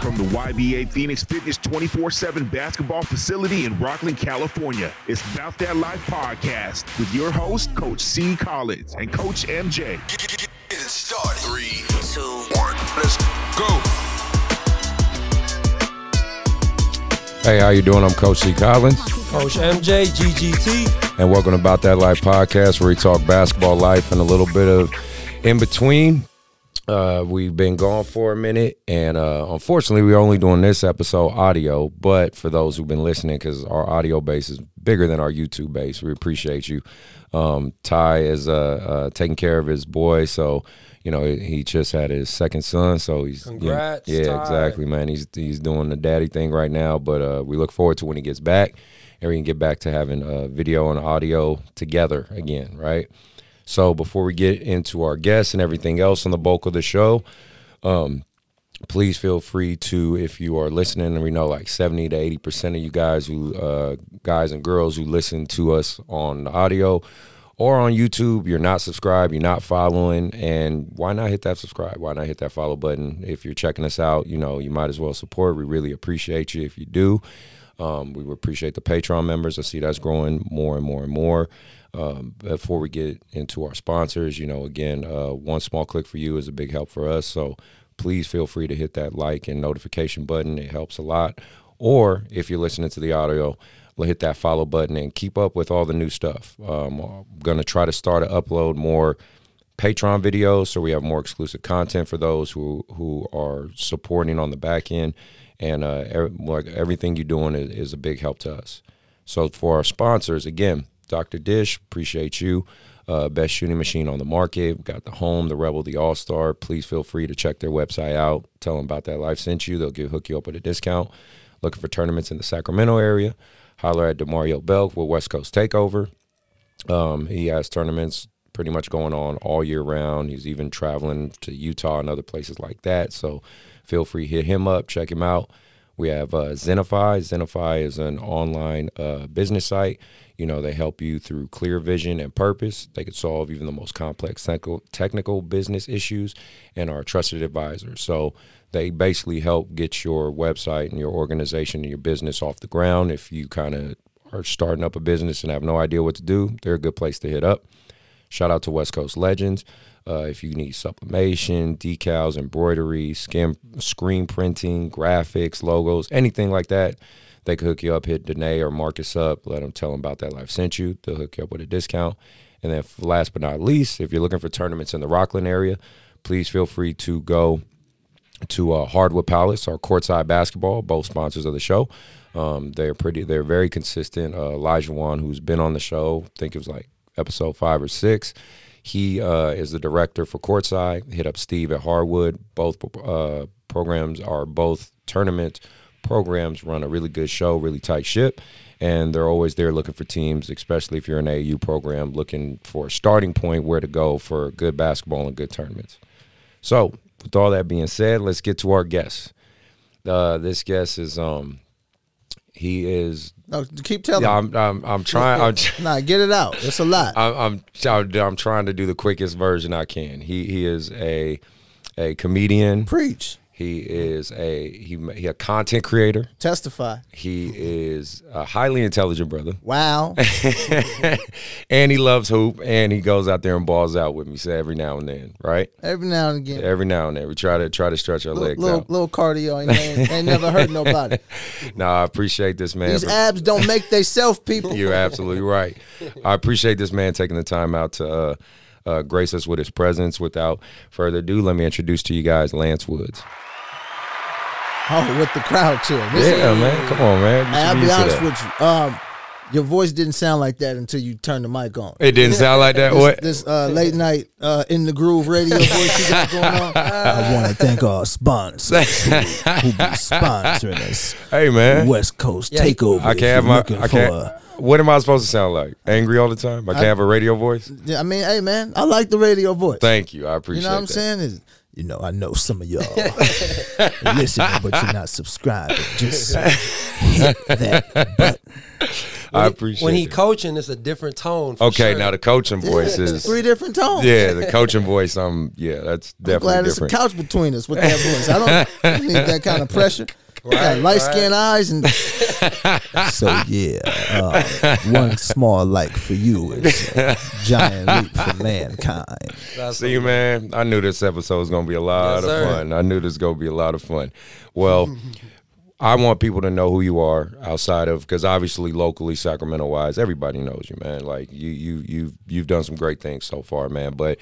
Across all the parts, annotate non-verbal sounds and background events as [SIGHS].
From the YBA Phoenix Fitness 24 7 basketball facility in Rockland, California, it's About That Life podcast with your host, Coach C. Collins and Coach MJ. Get it started. Three, two, one, let's go. Hey, how you doing? I'm Coach C. Collins, Coach MJ, GGT. and welcome to About That Life podcast, where we talk basketball life and a little bit of in between. Uh, we've been gone for a minute, and uh, unfortunately, we're only doing this episode audio. But for those who've been listening, because our audio base is bigger than our YouTube base, we appreciate you. Um, Ty is uh, uh, taking care of his boy, so you know he just had his second son, so he's Congrats, yeah, Ty. exactly. Exactly, man. He's he's doing the daddy thing right now, but uh, we look forward to when he gets back, and we can get back to having uh, video and audio together again, right? So before we get into our guests and everything else on the bulk of the show, please feel free to if you are listening and we know like 70 to 80 percent of you guys who uh, guys and girls who listen to us on the audio or on youtube you're not subscribed you're not following and why not hit that subscribe why not hit that follow button if you're checking us out you know you might as well support we really appreciate you if you do um, we appreciate the Patreon members. I see that's growing more and more and more. Um, before we get into our sponsors, you know, again, uh, one small click for you is a big help for us. So please feel free to hit that like and notification button. It helps a lot. Or if you're listening to the audio, l- hit that follow button and keep up with all the new stuff. Um, I'm going to try to start to upload more Patreon videos, so we have more exclusive content for those who who are supporting on the back end, and uh, er, like everything you're doing is, is a big help to us. So for our sponsors, again, Dr. Dish, appreciate you. Uh, best shooting machine on the market. We got the home, the rebel, the all star. Please feel free to check their website out. Tell them about that life sent you. They'll give hook you up with a discount. Looking for tournaments in the Sacramento area. Holler at Demario Belk with West Coast Takeover. Um, he has tournaments pretty much going on all year round. He's even traveling to Utah and other places like that. So feel free hit him up, check him out. We have uh, Zenify. Zenify is an online uh, business site. You know they help you through clear vision and purpose. They could solve even the most complex technical, technical business issues, and are a trusted advisor. So they basically help get your website and your organization and your business off the ground. If you kind of are starting up a business and have no idea what to do, they're a good place to hit up. Shout out to West Coast Legends. Uh, if you need sublimation, decals, embroidery, skin, screen printing, graphics, logos, anything like that, they could hook you up. Hit Danae or Marcus up. Let them tell them about that life sent you. They'll hook you up with a discount. And then, f- last but not least, if you're looking for tournaments in the Rockland area, please feel free to go to uh, Hardwood Palace or Courtside Basketball, both sponsors of the show. Um, they're pretty. They're very consistent. Uh, Elijah Wan, who's been on the show, I think it was like episode five or six. He uh, is the director for Courtside. Hit up Steve at Hardwood. Both uh, programs are both tournament programs. Run a really good show, really tight ship, and they're always there looking for teams, especially if you're an AU program looking for a starting point where to go for good basketball and good tournaments. So, with all that being said, let's get to our guest. Uh, this guest is um, he is. No, keep telling. Yeah, Uh, me. I'm, I'm, I'm trying. I'm, tr- nah, get it out. [LAUGHS] It's a lot. I'm, I'm, I'm, I'm trying to do the quickest version I can. He, he is a, a comedian. Preach. He is a, he, he a content creator. Testify. He is a highly intelligent brother. [LAUGHS] Wow. and he loves hoop and he goes out there and balls out with me so every now and then, right? Every now and again. Every now and then we try to try to stretch our legs little, little, out. little cardio ain't, [LAUGHS] ain't, ain't never hurt nobody. No, I appreciate this man. These for- abs don't make they self, people. You're absolutely right. I appreciate this man taking the time out to uh, uh, grace us with his presence. Without further ado, let me introduce to you guys Lance Woods. Oh, with the crowd chill. This Yeah, man. Come on, man. You Hey, I'll should be used to honest that. with you. Um, your voice didn't sound like that until you turned the mic on. It didn't sound like that. This, What? this uh, late night uh, in the [LAUGHS] groove radio voice you got going on. I want to thank our [LAUGHS] sponsors who be sponsoring us. Hey, man. West Coast Takeover. I if can't have you're my. looking I for can't. a- What am I supposed to sound like? Angry all the time? I can't have a radio voice. Yeah, I mean, hey man, I like the radio voice. Thank you. I you appreciate. know what I'm that. saying? Is you know, I know some [LAUGHS] of y'all are [LAUGHS] listening, but you're not subscribing. Just hit that button. I appreciate when he it. coaching. It's a different tone. For okay, sure. now the coaching voice is Three different tones. yeah, the coaching voice. Um, yeah, that's I'm definitely glad different. it's a couch between us with that voice. I don't, I [LAUGHS] don't need that kind of pressure. I got light skinned eyes and so yeah. Uh, one small light for you is a giant leap for mankind. That's See, man, I knew this episode was going to be a lot Yes, of sir. fun. I knew this was going to be a lot of fun. Well, I want people to know who you are outside of because obviously locally Sacramento wise, everybody knows you, man. Like you, you, you've you've done some great things so far, man. But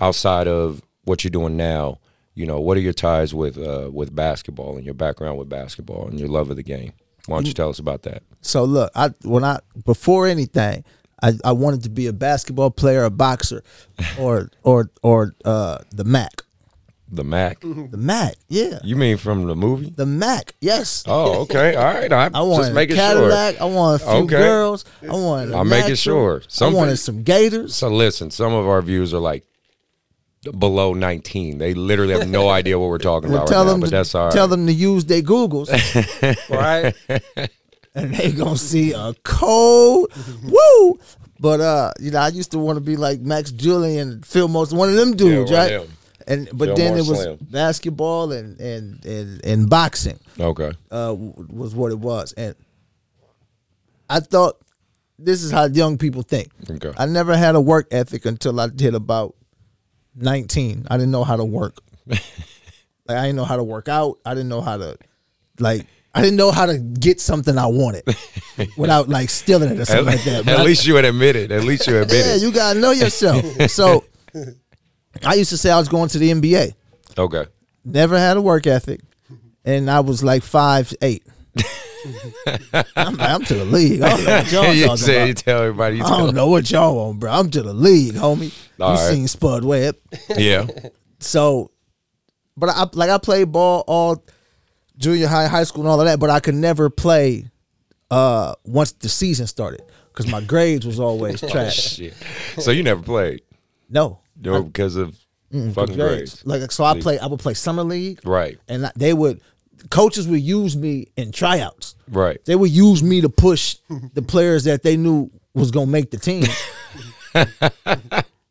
outside of what you're doing now, you know, what are your ties with uh, with basketball and your background with basketball and your love of the game? Why don't you tell us about that? So look, I when I before anything, I, I wanted to be a basketball player, [LAUGHS] a boxer, or or or uh, the Mac. The [LAUGHS] Mac, The Mac, yeah. you mean from the movie? The Mac, yes. Oh, okay, all right. I'm I wanted just a making sure. Cadillac. I wanted a few Okay. girls. I wanted. i I'm making sure. I Something- wanted some gators. So listen, some of our views are like below 19. They literally have [LAUGHS] no idea what we're talking Well, about tell right them now, but to, that's all right. tell them to use their Googles, [LAUGHS] right. and they gonna see a cold woo. But uh, you know, I used to want to be like Max Julian, Phil Most, one of them dudes, one of right? them. And Fillmore but then it was Slim. basketball and and and and boxing. [LAUGHS] Okay. uh, w- was what it was, and I thought this is how young people think. Okay. I never had a work ethic until I did about nineteen. I didn't know how [LAUGHS] to work. like I didn't know how to work out. I didn't know how to like. I didn't know how to get something I [LAUGHS] wanted without like stealing it or At, [LAUGHS] something like that. at But I- least you would admit it. At least you admit yeah, it. you gotta know yourself. [LAUGHS] So I used to say I was going to the NBA. Okay. Never had a work ethic, and I was like five [LAUGHS] eight. I'm, I'm to the league. I don't [LAUGHS] know what y'all you, talking say, about. Oh. you tell everybody. You I tell don't know what y'all on, bro. I'm to the league, homie. All you right. seen Spud Webb, [LAUGHS] Yeah. so. But I like I played ball all junior high, high school, and all of that. But I could never play uh once the season started because my grades [LAUGHS] was always trash. Oh, Shit. So you never played No, you know, because of fucking grades. Like so, I play. I would play summer league, Right. And I- they would coaches would use me in tryouts. Right. They would use me to push the players that they knew was gonna make the team.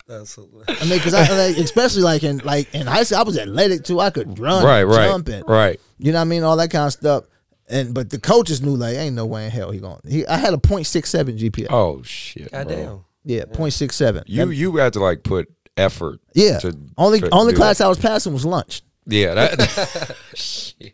That's hilarious. I mean, because [LAUGHS] I like, especially like in like in high school, I was athletic too. I could run, Right, right, jump, and right. You know what I mean? All that kind of stuff. And but the coaches knew like ain't no way in hell he going. to He I had a .67 GPA. Oh shit. bro. Goddamn. Yeah, .67. You you had to like put effort. yeah. To, only to only do class that. I was passing was lunch. Yeah. That, [LAUGHS]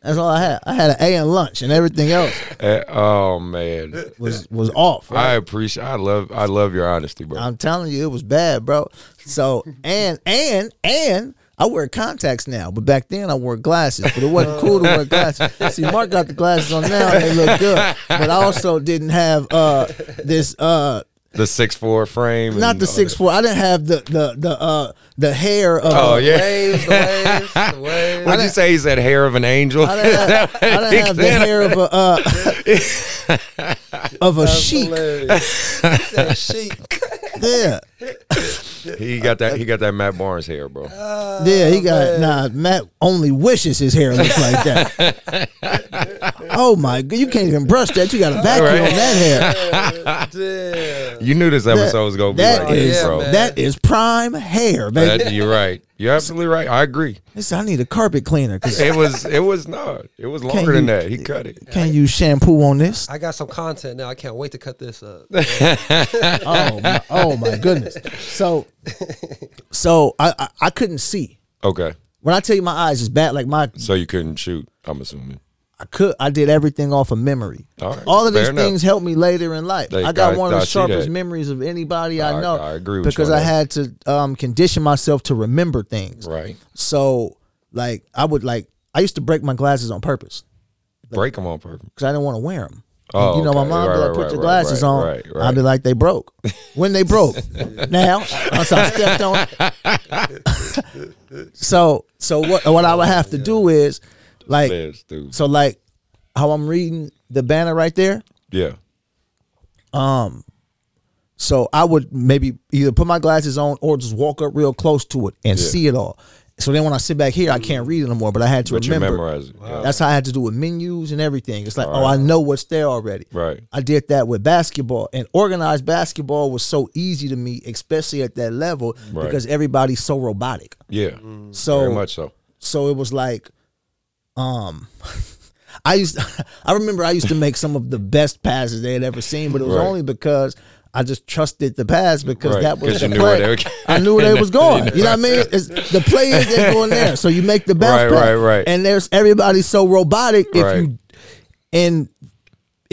That's all I had. I had an A in lunch, and everything else eh, oh man. was was off. right? I appreciate. I love. I love your honesty, bro. I'm telling you, it was bad, bro. So and and and I wear contacts now, but back then I wore glasses. But it wasn't cool to wear glasses. See, Mark got the glasses on now; and they look good. But I also didn't have uh this uh the six four frame. not and the all six four. I didn't have the the the uh the hair of. Oh yeah. Waves, the waves, the waves. Would you say he's that hair of an angel? I didn't have, I didn't have the hair of a uh, [LAUGHS] of a [LAUGHS] sheik. Hilarious. He said chic. Yeah, he got that. He got that Matt Barnes hair, bro. Uh, Yeah, he got nah. Matt only wishes his hair looks like that. [LAUGHS] oh my god, you can't even brush that. You got a vacuum Right. on [LAUGHS] that hair. Damn. You knew this episode was gonna be That like is this, yeah, bro. man. that is prime hair, baby. That- you're right. You're absolutely right. I agree. Listen, I need a carpet cleaner. 'cause It was. It was not. It was longer than you- that. He cut it. can't use shampoo on this. I got some content now. I can't wait to cut [LAUGHS] this up. [LAUGHS] Oh my, oh my goodness. So, so I, I I couldn't see. Okay. When I tell you my eyes is bad, like my So you couldn't shoot. I'm assuming. I could I did everything off of memory. All right, All of these fair enough. things helped me later in life. They- I got I- one of I the see sharpest that. memories of anybody I, I- know. I agree with you because on I that. had to um, condition myself to remember things. Right. So like I would like I used to break my glasses on purpose Break them on purpose. because I didn't want to wear them. Oh, you know, my okay. mom Right, would be like, right, put right, your right, glasses right, on. right, right. I'd be like, they broke. When [LAUGHS] they broke. now, once I stepped on it. [LAUGHS] so, so what, what I would have to do is, like, Liz, dude. so like how I'm reading the banner right there. Yeah. So I would maybe either put my glasses on or just walk up real close to it and see it all. So then when I sit back here, I can't read it no more. But I had to But you remember. memorize it. yeah. That's how I had to do with menus and everything. It's like, oh, I know what's there already. Right. I did that with basketball, and organized basketball was so easy to me, especially at that level, Right. because everybody's so robotic. Yeah. So Very much so. so it was like, um, [LAUGHS] I used, [LAUGHS] I remember I used to make some of the best passes they had ever seen, but it was Right. only because I just trusted the pass because Right, that was 'cause you the knew where play. they were- [LAUGHS] [LAUGHS] I knew where they was going. You You know what I mean? It's, the play is they're going there, so [LAUGHS] you make the best Right, play. right, right. And there's everybody's so robotic if Right. you and.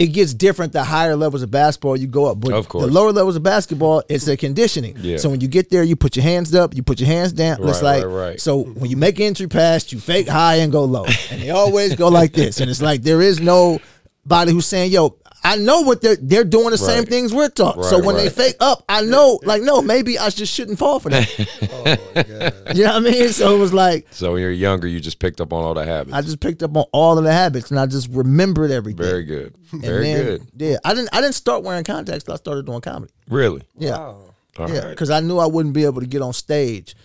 It gets different the higher levels of basketball you go up, but Of course. the lower levels of basketball, it's a conditioning. Yeah. So when you get there, you put your hands up, you put your hands down. it's Right, like right, right. so when you make entry pass, you fake high and go low, and they always go like this. And it's like there is no body who's saying, "Yo, I know what they're they're doing the same Right. things we're taught." so Right, when they right. fake up, I know, like, no, maybe I just shouldn't fall [LAUGHS] for that. Oh, you know what I mean? So it was like So when you're younger, you just picked up on all the habits. I just picked up on all of the habits, and I just remembered everything. Very good. [LAUGHS] And Very then- good. Yeah, I didn't I didn't start wearing contacts. till I started doing comedy. Really. Yeah. Oh, All right. Yeah, because I knew I wouldn't be able to get on stage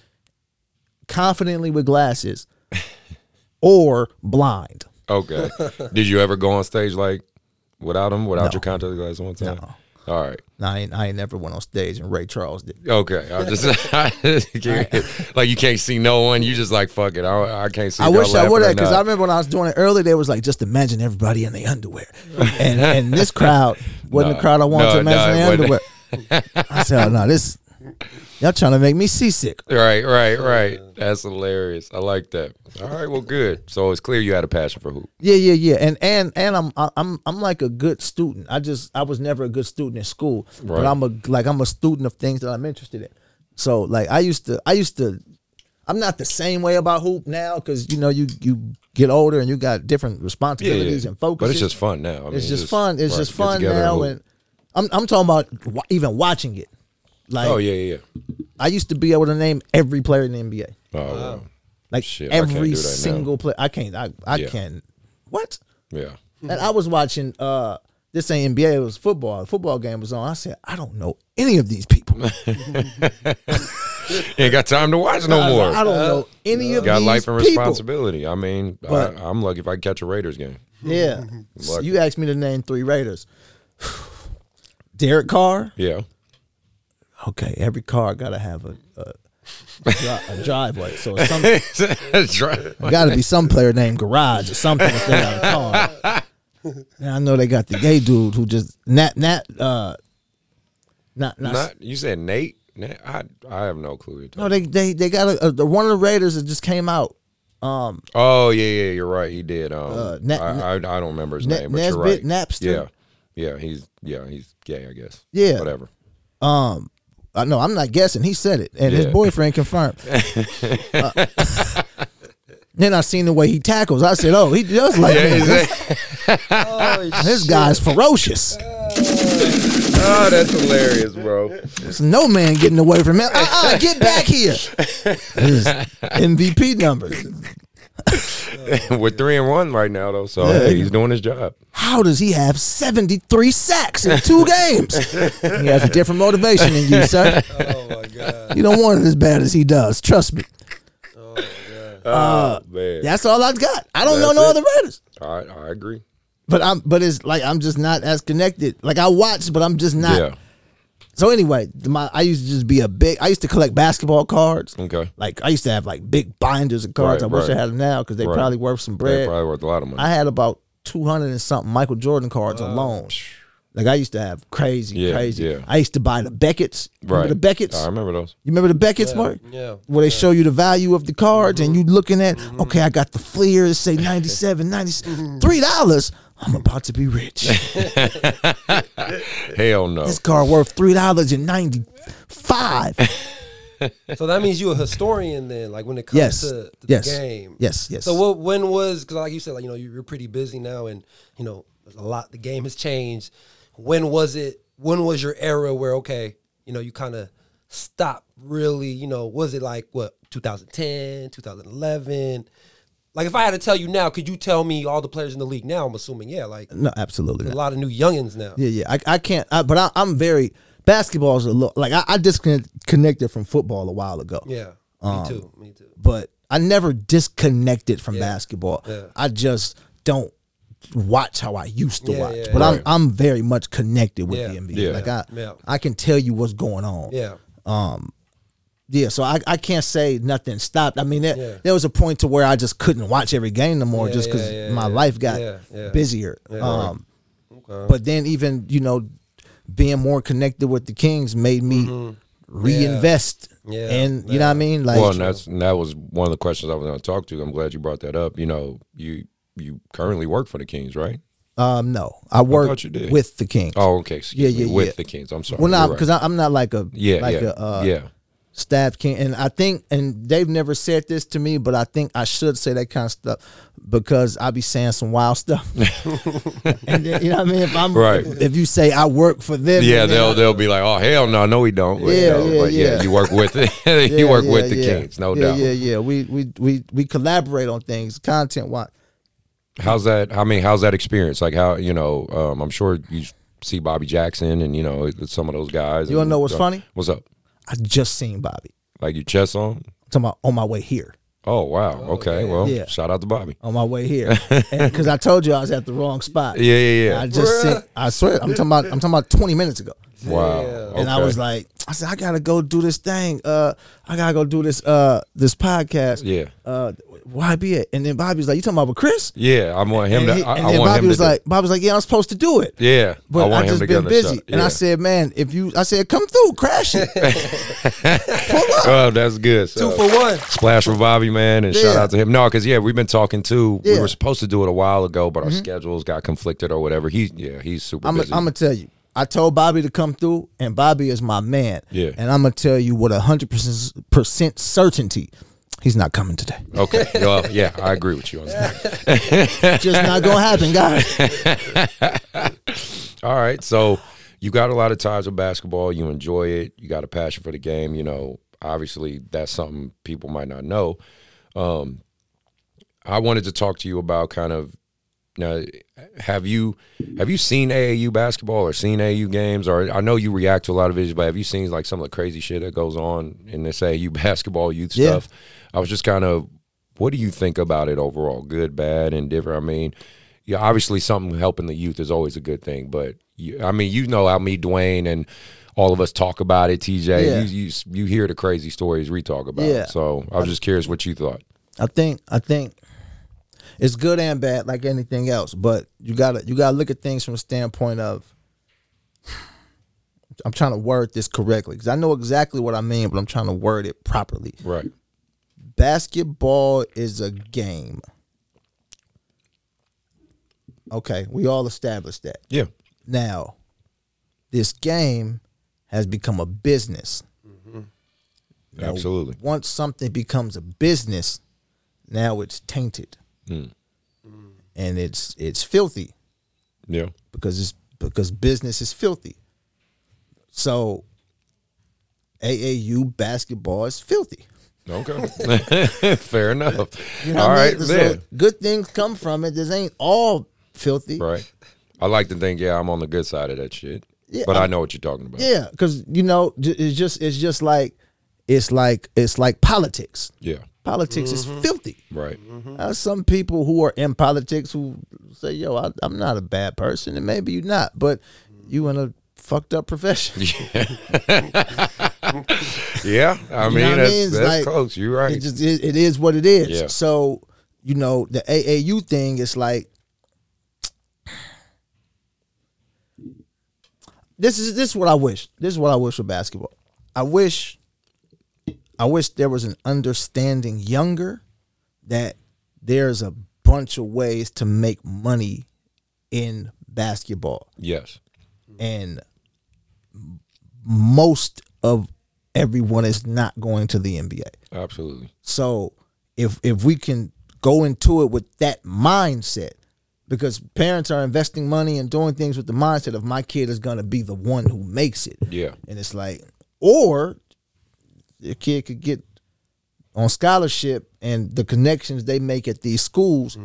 confidently with [LAUGHS] glasses or blind. Okay. Did you ever go on stage like without them, without No. your contact lens one time? All right. No, I ain't, I ain't never went on stage, and Ray Charles did. Okay. I just [LAUGHS] like you can't see no one. You just like fuck it. I, I can't see. I y'all wish I laughing would or have, because I not. remember when I was doing it earlier, they was like, just imagine everybody in [LAUGHS] the underwear, and and this crowd wasn't No. the crowd I wanted to No, no, imagine it the underwear. I said, oh, no, this y'all trying to make me seasick. Right. Right. Right. That's hilarious. I like that. All right. Well, good. So it's clear you had a passion for hoop. Yeah, yeah, yeah. And and and I'm I- I'm I'm like a good student. I just I was never a good student in school, Right. but I'm a like I'm a student of things that I'm interested in. So like I used to I used to I'm not the same way about hoop now because you know you you get older and you got different responsibilities and focus. But it's just fun now. I mean, it's just fun. It's right, just get fun together now, hoop. and I'm I'm talking about wa- even watching it. Like oh yeah, yeah. yeah. I used to be able to name every player in the NBA, Oh wow. like Shit, I can't every do that now. single player. I can't. I I Yeah. can't. What? yeah. And I was watching uh this ain't NBA, it was football. The football game was on. I said, I don't know any of these [LAUGHS] people. I, Ain't got time to watch no was more. like, I don't know any of got these life and people. responsibility. I mean, But- I, I'm lucky if I catch a Raiders game. Yeah. So Mm-hmm. Lucky. you asked me to name three Raiders. [SIGHS] Derek Carr. Yeah. Okay, every car gotta have a a, dri- a driveway. So [LAUGHS] it's some [LAUGHS] That's right. got to be some player named Garage or something if they got a car. [LAUGHS] And I know they got the gay dude who just not not uh not not, Not you said Nate. Nate I I have no clue. no they they they got a, a the- one of the Raiders that just came out oh yeah, yeah, you're right. He did. Um, Uh, Na- I, I I don't remember his Na- name, but you're right. Nesbitt, Napster? Yeah, yeah, he's yeah, he's gay. I guess. Yeah. [LAUGHS] whatever. Uh, no, I'm not guessing. He said it, and his Yeah. boyfriend [LAUGHS] confirmed. Uh, [LAUGHS] then I seen the way he tackles. I said, "Oh, he does like Yeah, this. is that- This guy's ferocious. oh, that's hilarious, bro. [LAUGHS] There's no man getting away from him. Uh-uh, get back here." His MVP numbers. We're three and one right now, though. So hey, he's doing his job. How does he have 73 sacks in two games? he has a different motivation than [LAUGHS] you, sir. oh my god. You don't want it as bad as he does. Trust me. Oh man, Uh, That's all I've got. I don't know That's no it. other Raiders. I I agree. But I'm but it's like I'm just not as connected. Like I watch, but I'm just not. yeah. So anyway, my I used to just be a big. I used to collect basketball cards. Okay. Like I used to have like big binders of cards. Right, I wish right. I had them now because they Right. probably worth some That bread. probably worth a lot of money. I had about two hundred and something Michael Jordan cards alone. Like I used to have crazy, Uh, Yeah, crazy. yeah. I used to buy the Beckett's. Remember right. the Beckett's? I remember those. You remember the Beckett's, Mark? Yeah. Mm-hmm. Where they show you the value of the cards and you looking at, okay, I got the Fleer, [LAUGHS] it say 97, Mm-hmm. 97, $3. I'm about to be [LAUGHS] rich. Hell no. This car worth [LAUGHS] $3.95. So that means you a historian then, like when it comes Yes. to, to yes. the game. Yes. Yes. So what? When was? Because like you said, like you know, you- you're pretty busy now, and you know, there's a lot. The game has changed. When was it? When was your era where okay, you know, you kind of stopped really? You know, was it like what 2010, 2011? Like if I had to tell you now, could you tell me all the players in the league now? I'm assuming yeah, like No, absolutely a not. lot of new youngins now. Yeah, yeah. I, I can't, I, but I, I'm very, basketball's a little, like I, I disconnected from football a while ago. Yeah, me too. Me too. But I never disconnected from basketball. Yeah. I just don't watch how I used to Yeah, watch. yeah, but Right. I'm I'm very much connected with Yeah. the NBA. Yeah. Like I Yeah. I can tell you what's going on. Yeah. Yeah, so I, I can't say nothing stopped. I mean, there, Yeah. there was a point to where I just couldn't watch every game no more Yeah, just 'cause just yeah, because yeah, my yeah. life got Yeah, yeah. busier. Um, But then, even, you know, being more connected with the Kings made me reinvest. Mm-hmm. Yeah, And, you know what I mean? Like, Well, and that's and that was one of the questions I was going to talk to. I'm glad you brought that up. You know, you you currently work for the Kings, right? um, no, I work you did. with the Kings. Oh, okay. Excuse Yeah, yeah, me. With yeah. the Kings, I'm sorry. well, You're not right. because I'm not like a, yeah, like yeah, a uh, yeah. staff king and i think and they've never said this to me but i think i should say that kind of stuff because i be saying some wild stuff [LAUGHS] and then, you know what i mean if i'm Right. if, if you say i work for them Yeah, and then they'll I- they'll be like, oh hell no, no we don't. But, Yeah, yeah, no, yeah, but yeah, yeah. you work with [LAUGHS] yeah, you work yeah, with the yeah. Kings, no yeah, doubt. yeah yeah we we we we collaborate on things content wise How's that? I mean, how's that experience? Like how you know? Um, I'm sure you see Bobby Jackson and you know some of those guys. You wanna and- know what's funny? What's up? i just seen bobby Like you chess on? I'm talking about on my way here Oh wow. okay. Well, Yeah. shout out to Bobby. on my way [LAUGHS] here because i told you i was at the wrong spot Yeah, yeah, yeah. i just seen, i swear i'm talking about i'm talking about 20 minutes ago wow. And I was like, I said, I gotta go do this thing. Uh, I gotta go do this uh this podcast. Yeah. Uh, why be it? And then Bobby's like, you talking about with Chris? yeah, I want him and to. he- I, and I then want Bobby him was to do- like, Bobby was like, yeah, I'm supposed to do it. yeah, I But want I, him just to been get busy, shot. and I said, "Man, if you, I said, come through, [LAUGHS] crash it, pull up." "Oh, that's good." Two So, for one. Splash for Bobby, man, and shout Yeah. out to him. No, because yeah, we've been talking too. We Yeah. Mm-hmm. were supposed to do it a while ago, but our schedules got conflicted or whatever. He, yeah, he's super I'm, busy. I'm gonna tell you. I told Bobby to come through, and Bobby is my man. Yeah. And I'm gonna tell you what hundred percent certainty, he's not coming today. [LAUGHS] okay, well, yeah, I agree with you on that. Just not gonna happen, guys. All right. So you got a lot of ties with basketball. You enjoy it. You got a passion for the game. You know, obviously that's something people might not know. Um, I wanted to talk to you about kind of now have you have you seen AAU basketball or seen AAU games or I know you react to a lot of videos, but have you seen like some of the crazy shit that goes on in this AAU [LAUGHS] basketball youth Yeah. stuff? I was just kind of what do you think about it overall? Good, bad, and different. I mean, yeah, obviously something helping the youth is always a good thing, but you, I mean, you know how me, Dwayne, and all of us talk about it. TJ, Yeah. you, you you hear the crazy stories we talk about. Yeah. So I was just curious what you thought. I think I think it's good and bad, like anything else. But you gotta you gotta look at things from a standpoint of. I'm trying to word this correctly because I know exactly what I mean, but I'm trying to word it properly. Right. Basketball is a game. Okay, we all established that. Yeah. Now, this game has become a business. Now, Absolutely. Once something becomes a business, now it's tainted, and it's it's filthy Yeah. because it's because business is filthy. So, AAU basketball is filthy. Okay. [LAUGHS] Fair enough. You know all what I right, mean? So then. good things come from it. This ain't all filthy, [LAUGHS] Right. I like to think, yeah, I'm on the good side of that shit. Yeah, but I, I- know what you're talking about. Yeah, because you know j- it's just it's just like it's like it's like politics. Yeah. Politics Mm-hmm. is filthy. Right. There are some people who are in politics who say, "Yo, I, I'm not a bad person," and maybe you're not, but you in a fucked up profession. Yeah. I You mean, know what I that's, mean? It's that's like- close. You're right. It just it, it is what it is. Yeah. So you know the AAU thing is like this is this is what I wish. This is what I wish for basketball. I wish I wish there was an understanding younger that there's a bunch of ways to make money in basketball yes. and m- most of everyone is not going to the NBA. Absolutely. So if if we can go into it with that mindset, because parents are investing money and doing things with the mindset of my kid is gonna be the one who makes it. Yeah. And it's like, or the kid could get on scholarship and the connections they make at these schools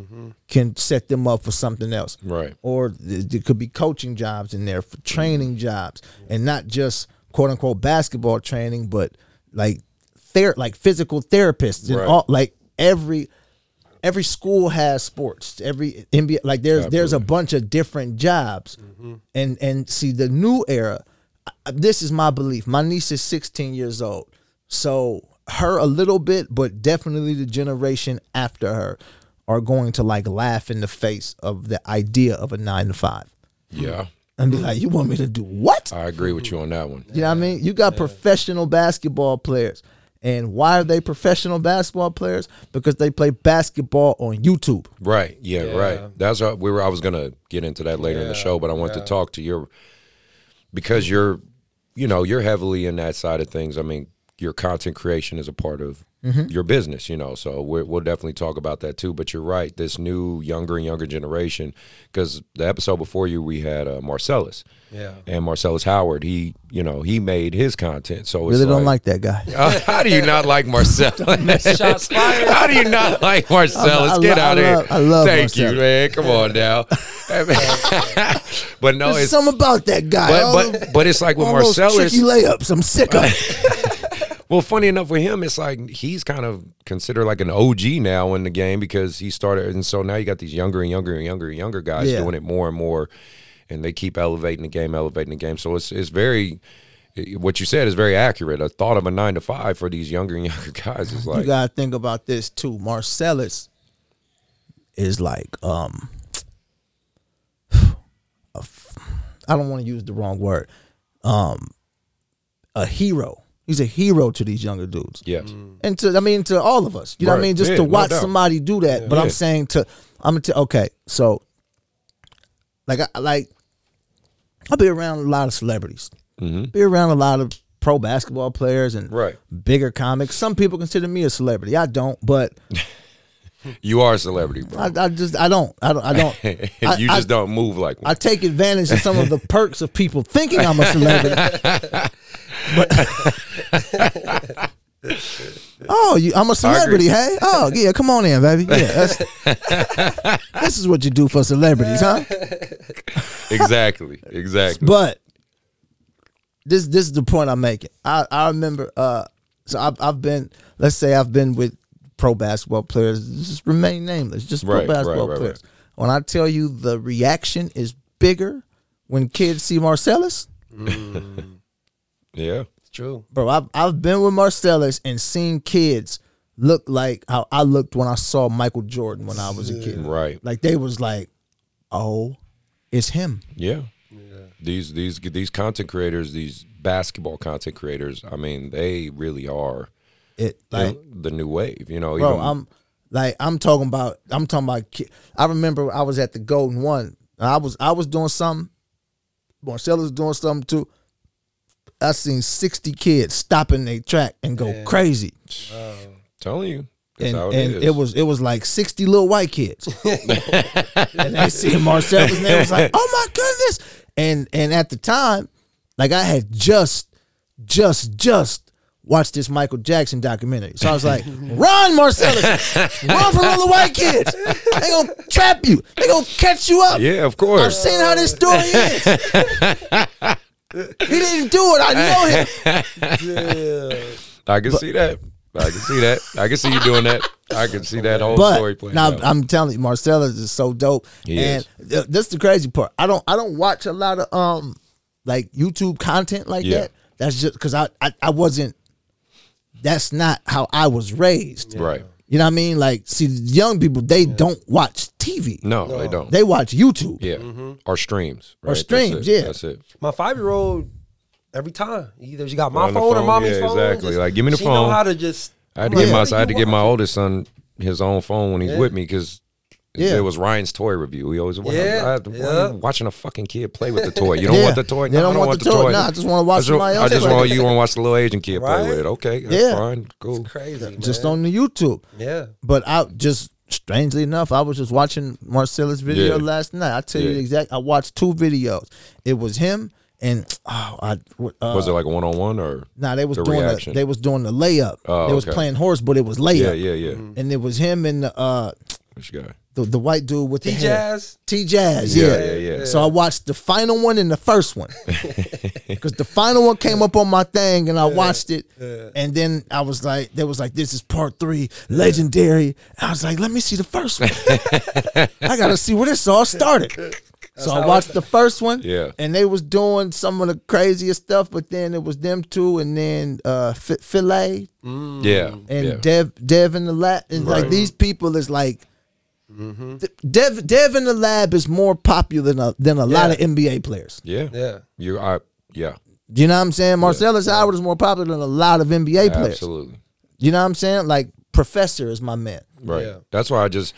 can set them up for something else Mm-hmm. Right. or th- there could be coaching jobs in there for Mm-hmm. training jobs and not just quote unquote basketball training but like ther- like physical therapists and Right. all like every every school has sports. Every NBA like there's there's a bunch of different jobs, and and see the new era. I- This is my belief. My niece is 16 years old, so her a little bit, but definitely the generation after her are going to like laugh in the face of the idea of a nine to five Yeah, and be like, "You want me to do what?" I agree with you on that one. You know what I mean? You got professional basketball players. And why are they professional basketball players? Because they play basketball on YouTube. Right. Yeah, Right. That's what we were. I was gonna get into that later in the show, but I wanted to talk to your because you're, you know, you're heavily in that side of things. I mean, your content creation is a part of Mm-hmm. your business, you know. So we're, we'll definitely talk about that too. But you're right. This new younger and younger generation, because the episode before you, we had uh, Marcellus. Yeah. And Marcellus Howard, he, you know, he made his content. So it's Really don't like that guy. Uh, how do you not like [LAUGHS] Marcellus? Shots fired. How do you not like Marcellus? I lo- Get I out of here. love- I love Thank you, Marcellus. man. Come on now. [LAUGHS] [LAUGHS] but no, There's it's something about that guy. All but, them- but but it's like with all those Marcellus. tricky layups. I'm sick of. it. Well, funny enough with him, it's like he's kind of considered like an OG now in the game because he started, and so now you got these younger and younger and younger and younger guys Yeah. doing it more and more, and they keep elevating the game, elevating the game. So it's it's very. What you said is very accurate. A thought of a nine to five for these younger and [LAUGHS] younger guys is [LAUGHS] you like, gotta think about this too. Marcellus is like um, a f- I don't want to use the wrong word. Um, a hero. He's a hero to these younger dudes. yes, and to I mean to all of us. You know what I Right. mean? Just Yeah, to no watch doubt. somebody do that. But I'm Yeah. saying to I'm gonna tell okay, so like I like I'll be around a lot of celebrities. Be around a lot of pro basketball players and Mm-hmm. Right. bigger comics. Some people consider me a celebrity. I don't, but you are a celebrity, bro. I, I just I don't. I don't I don't [LAUGHS] I- you I- just don't move like [LAUGHS] I one. take advantage of some of the perks of people thinking I'm a celebrity. But- [LAUGHS] oh, you, I'm a celebrity, hey? Oh, yeah, come on in, baby. Yeah, that's, this is what you do for celebrities, huh? exactly, exactly. But this this is the point I'm making. I I remember. Uh, so I've I've been let's say I've been with pro basketball players. Just remain nameless. Just Right, pro right, basketball right, players. When I tell you the reaction is bigger when kids see Marcellus, yeah, It's true. bro. I've I've been with Marcellus and seen kids look like how I looked when I saw Michael Jordan when I was a kid. right. Like they was like, oh, it's him. Yeah. These these these content creators, these basketball content creators, I mean, they really are It like the new wave, you know, bro. even I'm like I'm talking about. I'm talking about. ki- I remember I was at the Golden One. and I was I was doing something. Marcellus was doing something too. I seen sixty kids stop in their track and go crazy, telling you. That's and, how and it is. it was it was like sixty little white [LAUGHS] kids, and they seen Marcellus and they was like, "Oh my goodness!" And and at the time, like I had just just just watched this Michael Jackson documentary, so I [LAUGHS] was like, "Run, Marcellus! Run from all the white kids! They gonna trap you! They gonna catch you up!" yeah, of I've [LAUGHS] course. seen how this [LAUGHS] story is. he didn't do it. I know him. I can see that. I can see that. I can see you doing that. I can see that whole story But playing now out. I'm telling you, Marcellus is so dope. He and th- that's the crazy part. I don't I don't watch a lot of um like YouTube content like Yeah. that. That's just because I, I I wasn't. That's not how I was raised. right. You know what I mean? Like, see, young people they don't watch TV. No, they don't. They watch YouTube. yeah. Or streams. Right? Or That's streams, it. yeah. That's it. My five year old, every time either she got my On phone, the or phone, mommy's yeah, phone. exactly. Just- Like, give me the she phone. Know how to just. I had to I'm get like, my what I had to you get my want? oldest son his own phone when he's with me because Yeah. it was Ryan's toy review. He always why- Yeah, I- why yeah. you watching a fucking kid play with the toy. [LAUGHS] You don't Yeah. want the toy. They No, I don't want the toy. Nah, I just wanna watch I just- somebody I else just play want you want to watch the little Asian kid play Right? with it. Okay, that's Yeah. fine, cool. Crazy. Just man. on the YouTube. Yeah. But I just strangely enough, I was just watching Marcellus' video Yeah. last night. I tell you Yeah. the exact. I watched two videos. It was him and oh, I uh, Was it like one on one or? nah, they was the doing the, reaction? they was doing the layup. Oh, they was okay. playing horse, but it was layup. Mm-hmm. Yeah, yeah, yeah. And it was him and the, uh, Which guy? The, the white dude with the T hair. Jazz. T Jazz, Yeah, yeah. yeah, yeah. So I watched the final one and the [LAUGHS] first one because the final one came up on my thing and I watched it, and then I was like, "There was like this is part three, legendary." I was like, "Let me see the first one. [LAUGHS] I gotta see where this all started." So I watched the first one, Yeah. and they was doing some of the craziest stuff, but then it was them two, and then uh, Fi Filet Mm-hmm. Yeah. and yeah. Dev Dev in the lab and Right. Mm-hmm. like these people is like Th- Dev Dev in the lab is more popular than a, than a lot of NBA players. yeah. Yeah. You I yeah. You know what I'm saying? Marcellus Howard is more popular than a lot of NBA players. Absolutely. You know what I'm saying? Like Professor is my man. Right. Yeah. That's why I just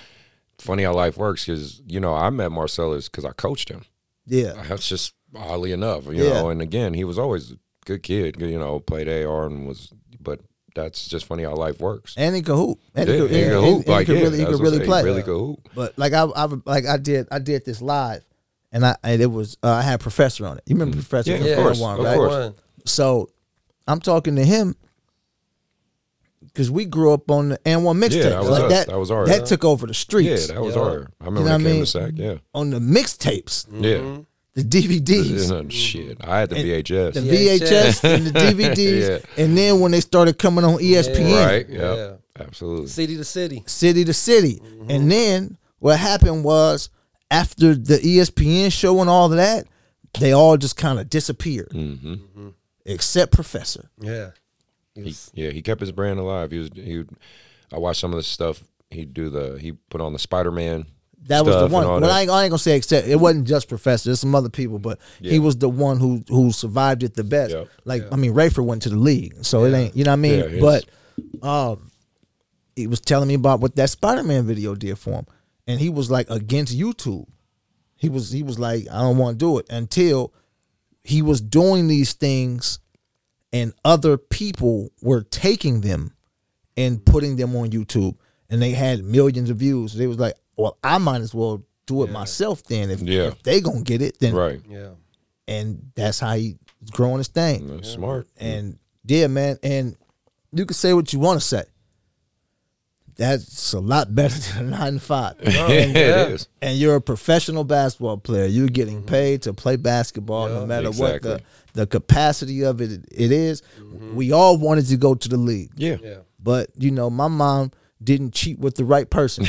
funny how life works because you know I met Marcellus because I coached him. Yeah, That's just oddly enough, you Yeah. know. And again, he was always a good kid. You know, played AR and was, but that's just funny how life works. and he could hoop. And Yeah, he could, he and- could and- hoop, and he like, could yeah, really, he that's what could I'm really saying. play. Really could hoop. But like I, I like I did I did this live, and I and it was uh, I had Professor on it. You remember Professor? Mm. Yeah, from of course, Padawan, of right? course. One. So I'm talking to him because we grew up on the and one mixtape. Yeah, that was like us. that, That was ours. That took over the Yeah, streets that was Yeah. our. I remember You know I what I came mean? to sack. Yeah, on the mixtapes, yeah. the DVDs, Isn't shit. I had the And VHS. the VHS. VHS and the DVDs, [LAUGHS] Yeah. and then when they started coming on E ESPN, right. Yeah. Yeah. Absolutely. City to city. city to city, and then what happened was after the E ESPN show and all of that, they all just kind of disappeared, Mm-hmm. except Professor. Yeah. He He, was- yeah, he kept his brand alive. He was he. would- I watched some of the stuff. He'd do the. He put on the Spider Man. That was the one. Well, I ain't, I ain't gonna say except it wasn't just Professor. There's some other people, but Yeah. he was the one who who survived it the best. Yep. Like I mean, Rayford went to the league, so it ain't you know what I Yeah, mean. he but um, he was telling me about what that Spider Man video did for him, and he was like against YouTube. He was he was like I don't want to do it until he was doing these things, and other people were taking them and putting them on YouTube, and they had millions of views. They was like, "Well, I might as well do it myself then. If, Yeah. if they gonna get it, then Right. yeah. And that's how he was growing his thing. That's Smart. And yeah, man, and you can say what you want to say. That's a lot better [LAUGHS] than a nine to five. [LAUGHS] it is. and you're a professional basketball player. You're getting paid to play basketball, no matter what Mm-hmm. Exactly. Mm-hmm. the, the capacity of it it is. We all wanted to go to the league. Yeah. Yeah. But you know, my mom didn't cheat with the right [LAUGHS] person.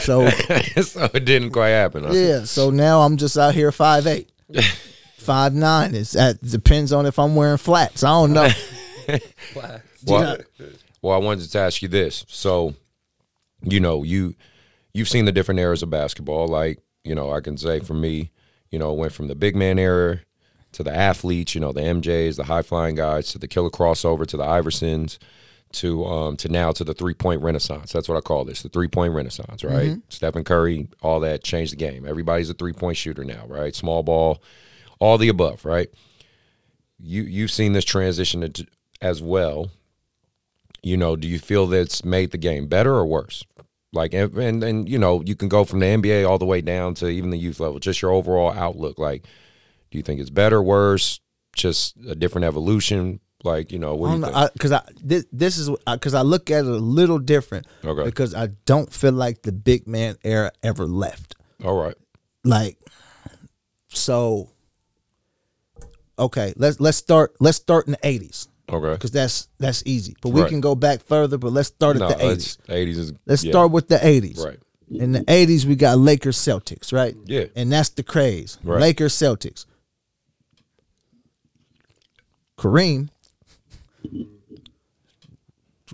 so so it didn't quite happen. I said, yeah, so now I'm just out here [LAUGHS] five eight. Five nine is that depends on if I'm wearing flats. I don't know. Why? Well, well, I wanted to ask you this. So, you know, you you've seen the different eras of basketball. Like, you know, I can say for me, you know, it went from the big man era to the athletes, you know, the MJs, the high flying guys, to the killer crossover, to the Iversons, to um to now to the three point renaissance. That's what I call this, the three point renaissance, right? Stephen Curry, all that changed the game. Everybody's a three point shooter now, right? Small ball, all the above, right? You you've seen this transition into- as well you know, do you feel that's made the game better or worse? Like, and, and and you know, you can go from the NBA all the way down to even the youth level. Just your overall outlook. Like, do you think it's better, worse? Just a different evolution. Like, you know, what do you think? because I, this, this is because I look at it a little different. Okay. Because I don't feel like the big man era ever left. all right, Like, so okay, let's let's start let's start in the eighties okay. because that's that's easy. But we Right. can go back further. But let's start No, at the it's eighties. eighties is Let's yeah, start with the eighties. right. In the eighties, we got Lakers Celtics, right? Yeah. And that's the craze. Right. Lakers Celtics. Kareem,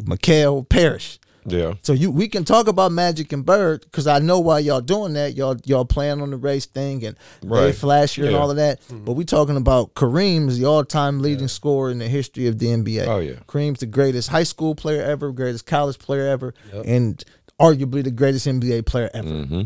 Mikael Parrish. Yeah, So you we can talk about Magic and Bird because I know why y'all doing that. Y'all y'all playing on the race thing and Right. they flashier and Yeah. all of that. But we talking about Kareem is the all time leading scorer in the history of the NBA. Oh, yeah. Kareem's the greatest high school player ever, greatest college player ever, and arguably the greatest NBA player ever. Mm-hmm.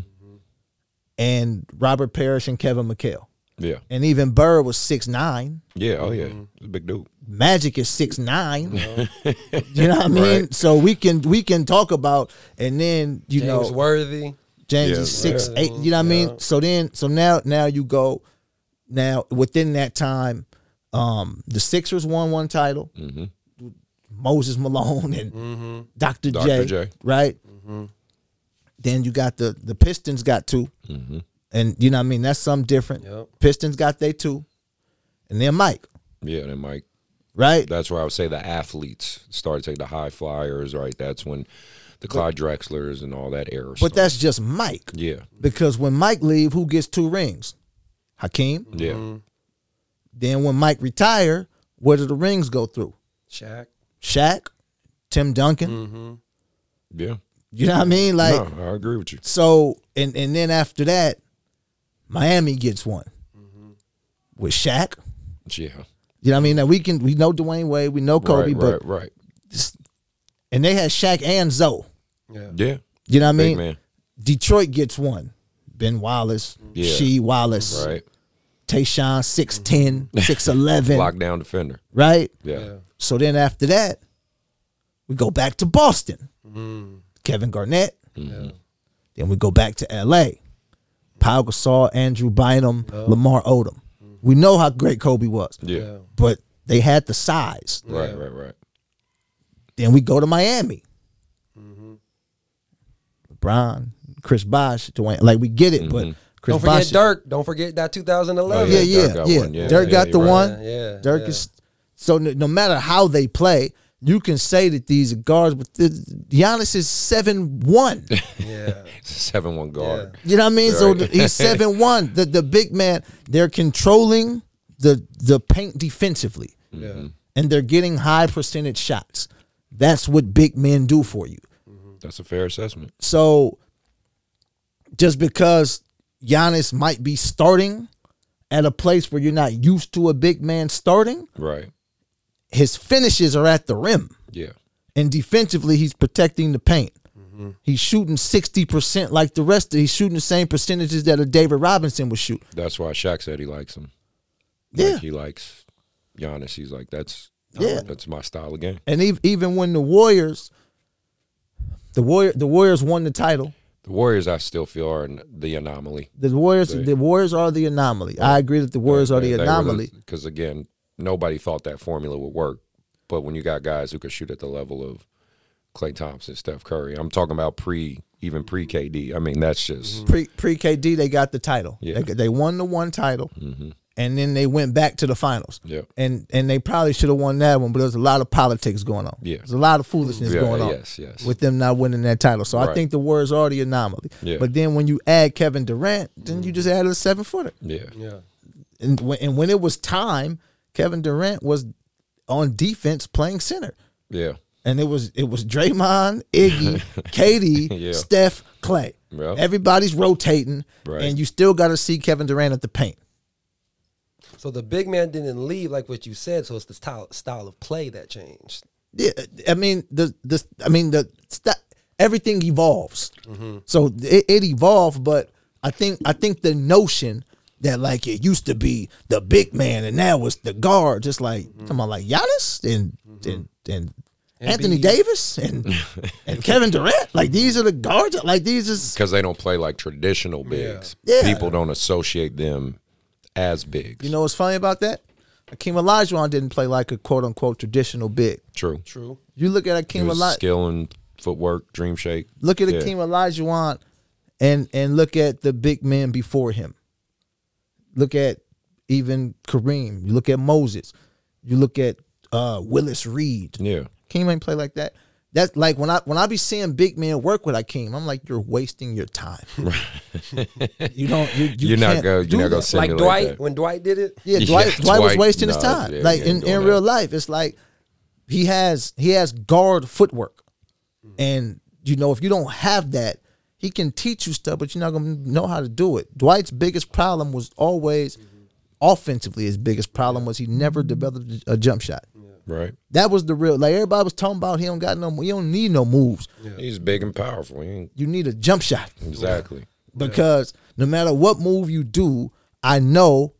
And Robert Parrish and Kevin McHale. yeah, And even Bird was six nine. yeah. Oh yeah, Mm-hmm. It's a big dude. Magic is [LAUGHS] six nine. you know what I mean? So we can we can talk about and then you James know Worthy. James Yeah, is six right. eight. You know what I mean? So then so now now you go now within that time, um, the Sixers won one Mm-hmm. title. Moses Malone and Dr. Dr. J, J. right? Then you got the the Pistons got 2 Mm-hmm. and you know what I mean. That's something different. Yep. Pistons got they two, and then Mike, Yeah, and Mike. right? That's where I would say the athletes started taking the high flyers, right? That's when the Clyde Drexlers and all that era. but that's just Mike yeah, because when Mike leave, who gets two rings? Hakeem. yeah, Mm-hmm. Then when Mike retire, where do the rings go through? Shaq. Shaq, Tim Duncan. yeah. You know what I mean? Like Mm-hmm. no, I agree with you. So and and then after that, Miami gets one Mm-hmm. with Shaq. Yeah, You know what I mean? Now we can we know Dwayne Wade, we know Kobe, right, but right, right. and they had Shaq and Zoe. Yeah. Yeah, You know what I big mean? man. Detroit gets one. Ben Wallace, Yeah. She Wallace, Right, Tayshawn 6'10", [LAUGHS] 6'11", lockdown defender. right? Yeah, So then after that, we go back to Boston. Kevin Garnett. Then we go back to L.A. Pau Gasol, Andrew Bynum, Lamar Odom. We know how great Kobe was, yeah, Yeah. but they had the size. right, right, right. Then we go to Miami. LeBron, Chris Bosh, Dwayne. Like we get it, but Chris Don't forget Bosh. Dirk. Don't forget that 2011. Oh, Yeah, yeah, Dirk got yeah. one. Yeah, Dirk yeah, got the you're right. one. Yeah, Dirk yeah. is so no, no matter how they play, you can say that these are guards, but the, Giannis is seven [LAUGHS] one. Yeah. Seven one guard. You know what I mean? So Right. the, he's seven one. The the big man, they're controlling the the paint defensively, Yeah. Mm-hmm. and they're getting high percentage shots. That's what big men do for you. That's a fair assessment. So just because Giannis might be starting at a place where you're not used to a big man starting, Right. his finishes are at the rim. Yeah. And defensively, he's protecting the paint. He's shooting 60% like the rest of he's shooting the same percentages that a David Robinson would shoot. That's why Shaq said he likes him. Yeah. Like he likes Giannis. He's like, that's Yeah. that's my style of game. And ev- even when the Warriors the Warrior the Warriors won the title. The Warriors, I still feel, are an- the anomaly. The Warriors the Warriors are the anomaly. I agree that the Warriors are the anomaly. Because, again, nobody thought that formula would work. But when you got guys who could shoot at the level of Clay Thompson, Steph Curry, I'm talking about pre, even pre KD. I mean, that's just, pre pre KD they got the title. Yeah. Mm-hmm. They, they won the one title, and then they went back to the finals. Yep. And and they probably should have won that one, but there's a lot of politics going on. Yeah. There's a lot of foolishness Yeah, going on. yes, yes. With them not winning that title, so I Right. think the Warriors are the anomaly. Yeah. Mm-hmm. But then when you add Kevin Durant, then you just added a seven footer, yeah. Yeah. and when, and when it was time, Kevin Durant was on defense playing center. Yeah. And it was it was Draymond, [LAUGHS] Iggy, Katie, Yeah. Steph, Clay. Yeah. Everybody's rotating, Right. and you still got to see Kevin Durant at the paint. So the big man didn't leave like what you said. So it's the style, style of play that changed. Yeah, I mean the the I mean the st- everything evolves, Mm-hmm. so it, it evolved. But I think I think the notion that like it used to be the big man and now it's the guard, just like Mm-hmm. come on, like Giannis and and and. Anthony Embiid. Davis and [LAUGHS] and Kevin Durant, like these are the guards. Like these is Because they don't play like traditional bigs. Yeah. People don't associate them as bigs. You know what's funny about that? Akeem Olajuwon didn't play like a quote unquote traditional big. True. True. You look at It Akeem was Olajuwon, skill and footwork, dream shake. look at Yeah. Akeem Olajuwon, and and look at the big men before him. Look at even Kareem. You look at Moses. You look at uh, Willis Reed. Yeah. Akeem ain't play like that. That's like when I when I be seeing big men work with Akeem, I'm like, you're wasting [LAUGHS] your time. you don't. You, you You are not can't go. do You're not that. gonna simulate like Dwight, that. when Dwight did it, Yeah, Yeah, Dwight, Dwight, was Dwight, wasting his no, time. yeah, like he ain't in, doing in that. real life, it's like he has he has guard footwork, Hmm. and you know if you don't have that, he can teach you stuff, but you're not gonna know how to do it. Dwight's biggest problem was always Mm-hmm. offensively. His biggest problem was he never developed a jump shot. Right. That was the real. Like everybody was talking about, he don't got no. He don't need no moves. He's big and powerful. He ain't- You need a jump shot exactly. because no matter what move you do, I know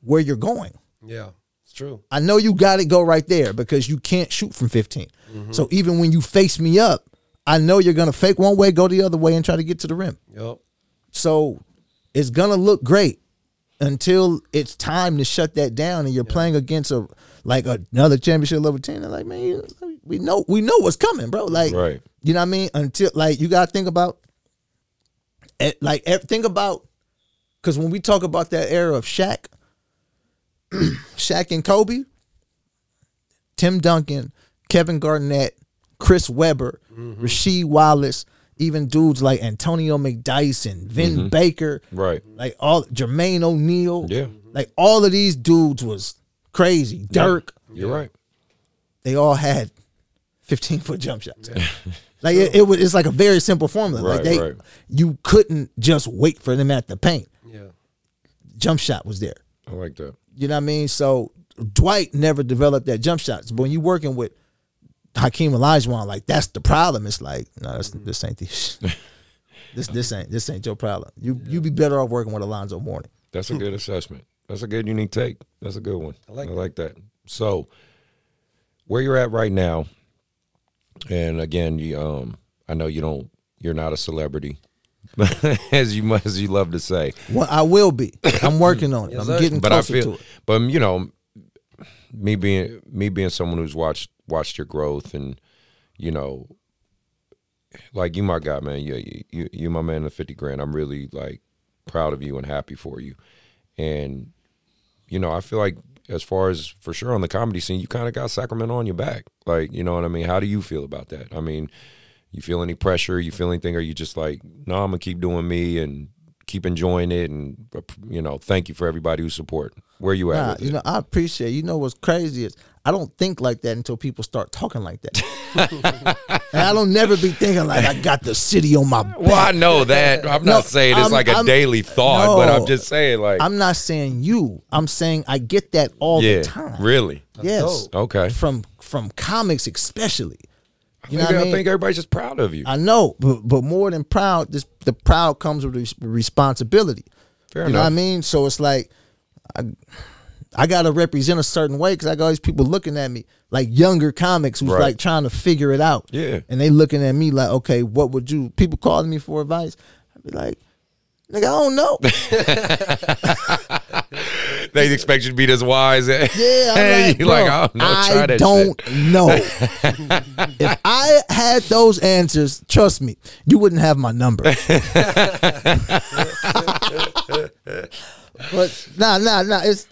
where you're going. yeah, it's true. I know you got to go right there because you can't shoot from 15. So even when you face me up, I know you're going to fake one way, go the other way, and try to get to the rim. Yep. So it's going to look great until it's time to shut that down and you're playing against a like another championship level team. They're like, man, you- we know we know what's coming, bro. Like, Right. you know what I mean? Until like you gotta think about, eh, like eh, think about, because when we talk about that era of Shaq, [CLEARS THROAT] Shaq and Kobe, Tim Duncan, Kevin Garnett, Chris Webber, Mm-hmm. Rasheed Wallace, even dudes like Antonio McDyess and Vin Baker, Mm-hmm. Right. like all Jermaine O'Neal, Yeah. like all of these dudes was crazy. Dirk, You're right. they all had fifteen foot jump shots. [LAUGHS] like it, it was, it's like a very simple formula. like Right, they, right. you couldn't just wait for them at the paint. Yeah. Jump shot was there. I like that. You know what I mean? So Dwight never developed that jump shots. But when you're working with Hakeem Olajuwon, like that's the problem. It's like, no, that's, Mm-hmm. this [LAUGHS] ain't this. this this ain't this ain't your problem. You you be better off working with Alonzo Mourning. That's a good assessment. That's a good unique take. That's a good one. I like like, that. So, where you're at right now, and again, you, um, I know you don't, you're not a celebrity, [LAUGHS] as you must, you love to say, Well, I will be. [COUGHS] I'm working on it. I'm sir. getting but I closer feel, to it. but you know, me being me being someone who's watched watched your growth, and you know, like you, my guy, man, you you you my man, the fifty grand. I'm really like proud of you and happy for you, and you know, I feel like as far as for sure on the comedy scene, you kind of got Sacramento on your back. Like, you know what I mean? How do you feel about that? I mean, you feel any pressure? You feel anything? Or you just like, no, I'm gonna keep doing me and keep enjoying it, and uh, you know, thank you for everybody who support. Where you at? Nah, with you it? know, I appreciate. You know what's crazy is I don't think like that until people start talking like that. [LAUGHS] and I don't never be thinking like I got the city on my back. well, I know that. I'm [LAUGHS] No, not saying it's I'm- like a I'm- daily thought, but No. I'm just saying like, I'm not saying you. I'm saying I get that all yeah, the time. really, Yes. dope. okay. From from comics especially. You know I, what I mean? think everybody's just proud of you. I know, but, but more than proud, this the proud comes with res- responsibility. Fair you know what I enough. mean? So it's like I I gotta represent a certain way because I got all these people looking at me like younger comics who's Right. like trying to figure it out. Yeah. and they looking at me like, okay, what would you? People calling me for advice. I'd be like, nigga, I don't know. They expect you to be this wise. [LAUGHS] Yeah, Yeah, I'm like, you bro, like, I don't know. Try I that shit. don't [LAUGHS] know. if I had those answers, trust me, you wouldn't have [LAUGHS] my number. but nah, nah, nah. It's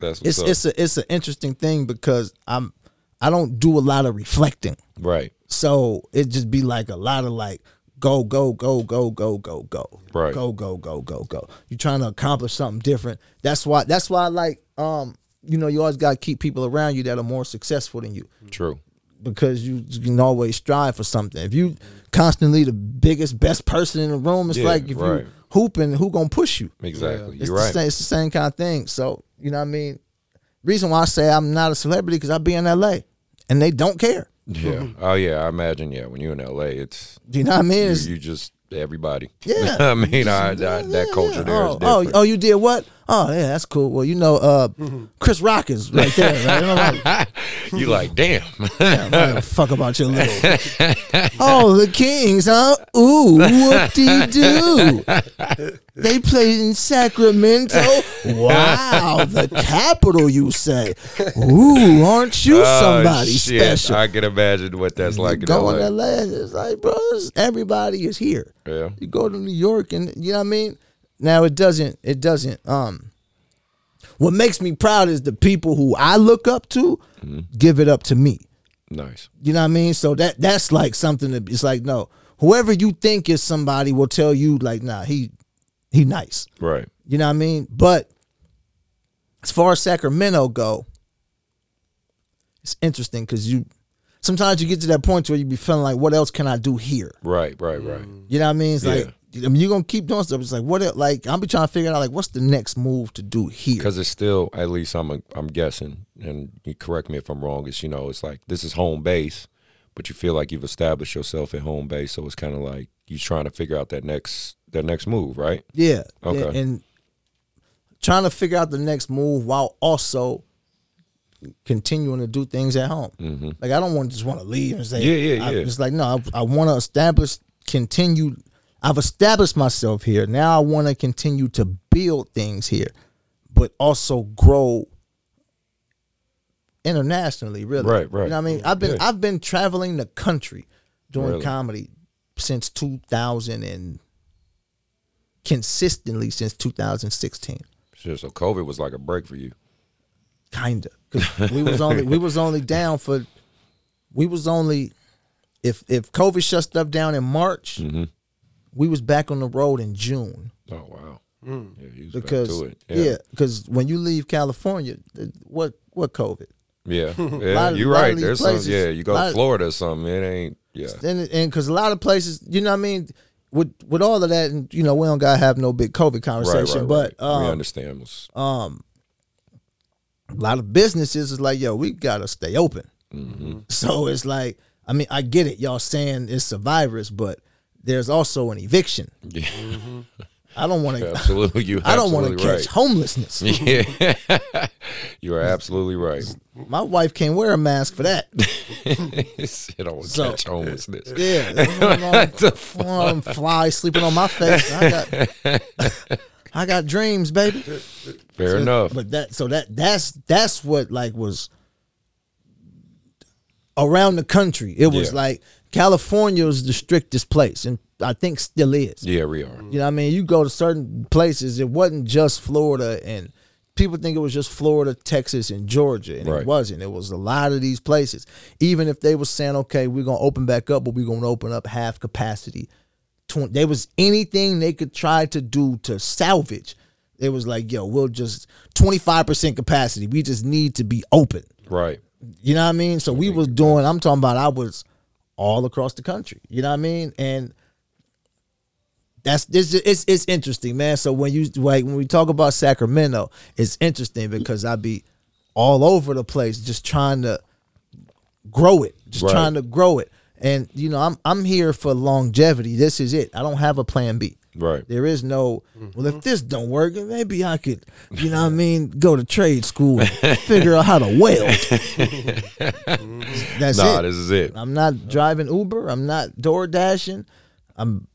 That's what's it's up. it's a it's an interesting thing because I'm I don't do a lot of reflecting, right, so it just be like a lot of like go go go go go go go Right. go go go go go. You're trying to accomplish something different. That's why that's why I like um you know you always got to keep people around you that are more successful than you true. because you can always strive for something. If you constantly the biggest, best person in the room, it's Yeah, like if right. you hooping, who gonna push you? Exactly. It's You're the right. same. It's the same kind of thing. So you know what I mean. Reason why I say I'm not a celebrity because I be in L.A. and they don't care. [LAUGHS] Yeah. Oh yeah. I imagine. Yeah. When you're in LA, it's Do you know what I mean? you, It's- you just everybody. [LAUGHS] Yeah. I mean, I, I- yeah, that yeah, culture yeah. there is oh, oh, different. oh, you did what? Oh yeah, that's cool. Well, you know, uh, Chris Rock is right there. Right? I'm like, [LAUGHS] oh. you like, [LAUGHS] damn. I don't give a fuck about your little. [LAUGHS] oh, the Kings, huh? Ooh, whoop de doo. They played in Sacramento. Wow, the capital, you say? Ooh, aren't you Oh, somebody shit. special? I can imagine what that's like in Going LA. to LA, it's like, bro, this- everybody is here. Yeah. You go to New York, and you know what I mean. Now it doesn't. It doesn't. Um, what makes me proud is the people who I look up to Mm-hmm. give it up to me. Nice. You know what I mean? So that that's like something that it's like no, whoever you think is somebody will tell you like nah, he he nice. Right. You know what I mean? But as far as Sacramento go, it's interesting because you sometimes you get to that point where you be feeling like, what else can I do here? Right. Right. Right. You know what I mean? It's like Yeah. I mean, you're gonna keep doing stuff. It's like what? el- Like I'll be trying to figure out like what's the next move to do here. Because it's still, at least I'm, I'm guessing, and you correct me if I'm wrong. It's you know, it's like this is home base, but you feel like you've established yourself at home base, so it's kind of like you're trying to figure out that next that next move, right? Yeah. Okay. And, and trying to figure out the next move while also continuing to do things at home. Like I don't want just want to leave and say, Mm-hmm. Yeah, yeah, I- yeah. It's like no, I, I want to establish, continue. I've established myself here. Now I want to continue to build things here, but also grow internationally. Really, Right, right. You know what I mean? I've been Yeah. I've been traveling the country doing Really? comedy since 2000 and consistently since 2016. Sure. So COVID was like a break for you. kinda because [LAUGHS] we was only we was only down for we was only if if covid shut stuff down in march Mm-hmm. we was back on the road in june Oh wow. Yeah, you was back because to it. yeah because when you leave california th- what what covid [LAUGHS] Yeah, yeah, Lot of- you're lot of right. these There's places- some. Yeah, you go lot to of- Florida or something. It ain't. Yeah, and and because a lot of places you know what i mean with with all of that and you know we don't gotta have no big covid right, conversation right. right. but um, we understand. What's, a lot of businesses is like, yo, we gotta stay open. Mm-hmm. So it's like, I mean, I get it. Y'all saying it's a virus, but there's also an eviction. [LAUGHS] yeah, I don't want to. absolutely. You. I don't want to catch right. homelessness. [LAUGHS] Yeah, [LAUGHS] you are absolutely right. My wife can't wear a mask for [LAUGHS] that. I don't want to So- catch homelessness. Yeah, I'm, fly sleeping on my face. I got, [LAUGHS] I got dreams, baby. Fair enough. But that so that that's that's what like was around the country. It was Yeah. like California was the strictest place, and I think still is. yeah, we are. You know, what I mean, you go to certain places. It wasn't just Florida, and people think it was just Florida, Texas, and Georgia, and Right. it wasn't. It was a lot of these places. Even if they were saying, "Okay, we're gonna open back up, but we're gonna open up half capacity," Twen- there was anything they could try to do to salvage. It was like, "Yo, we'll just twenty five percent capacity. We just need to be open." Right. You know what I mean? So we was doing. I'm talking about. I was all across the country. You know what I mean? And that's it's it's, it's interesting, man. So when you like when we talk about Sacramento, it's interesting because I be all over the place just trying to grow it, just Right. trying to grow it. And you know, I'm I'm here for longevity. This is it. I don't have a plan B. Right. Mm-hmm. There is no well. If this don't work, maybe I could, you know, what I mean, go to trade school, and figure out how to weld. [LAUGHS] That's Nah, it. this is it. I'm not driving Uber. I'm not door dashing. I'm,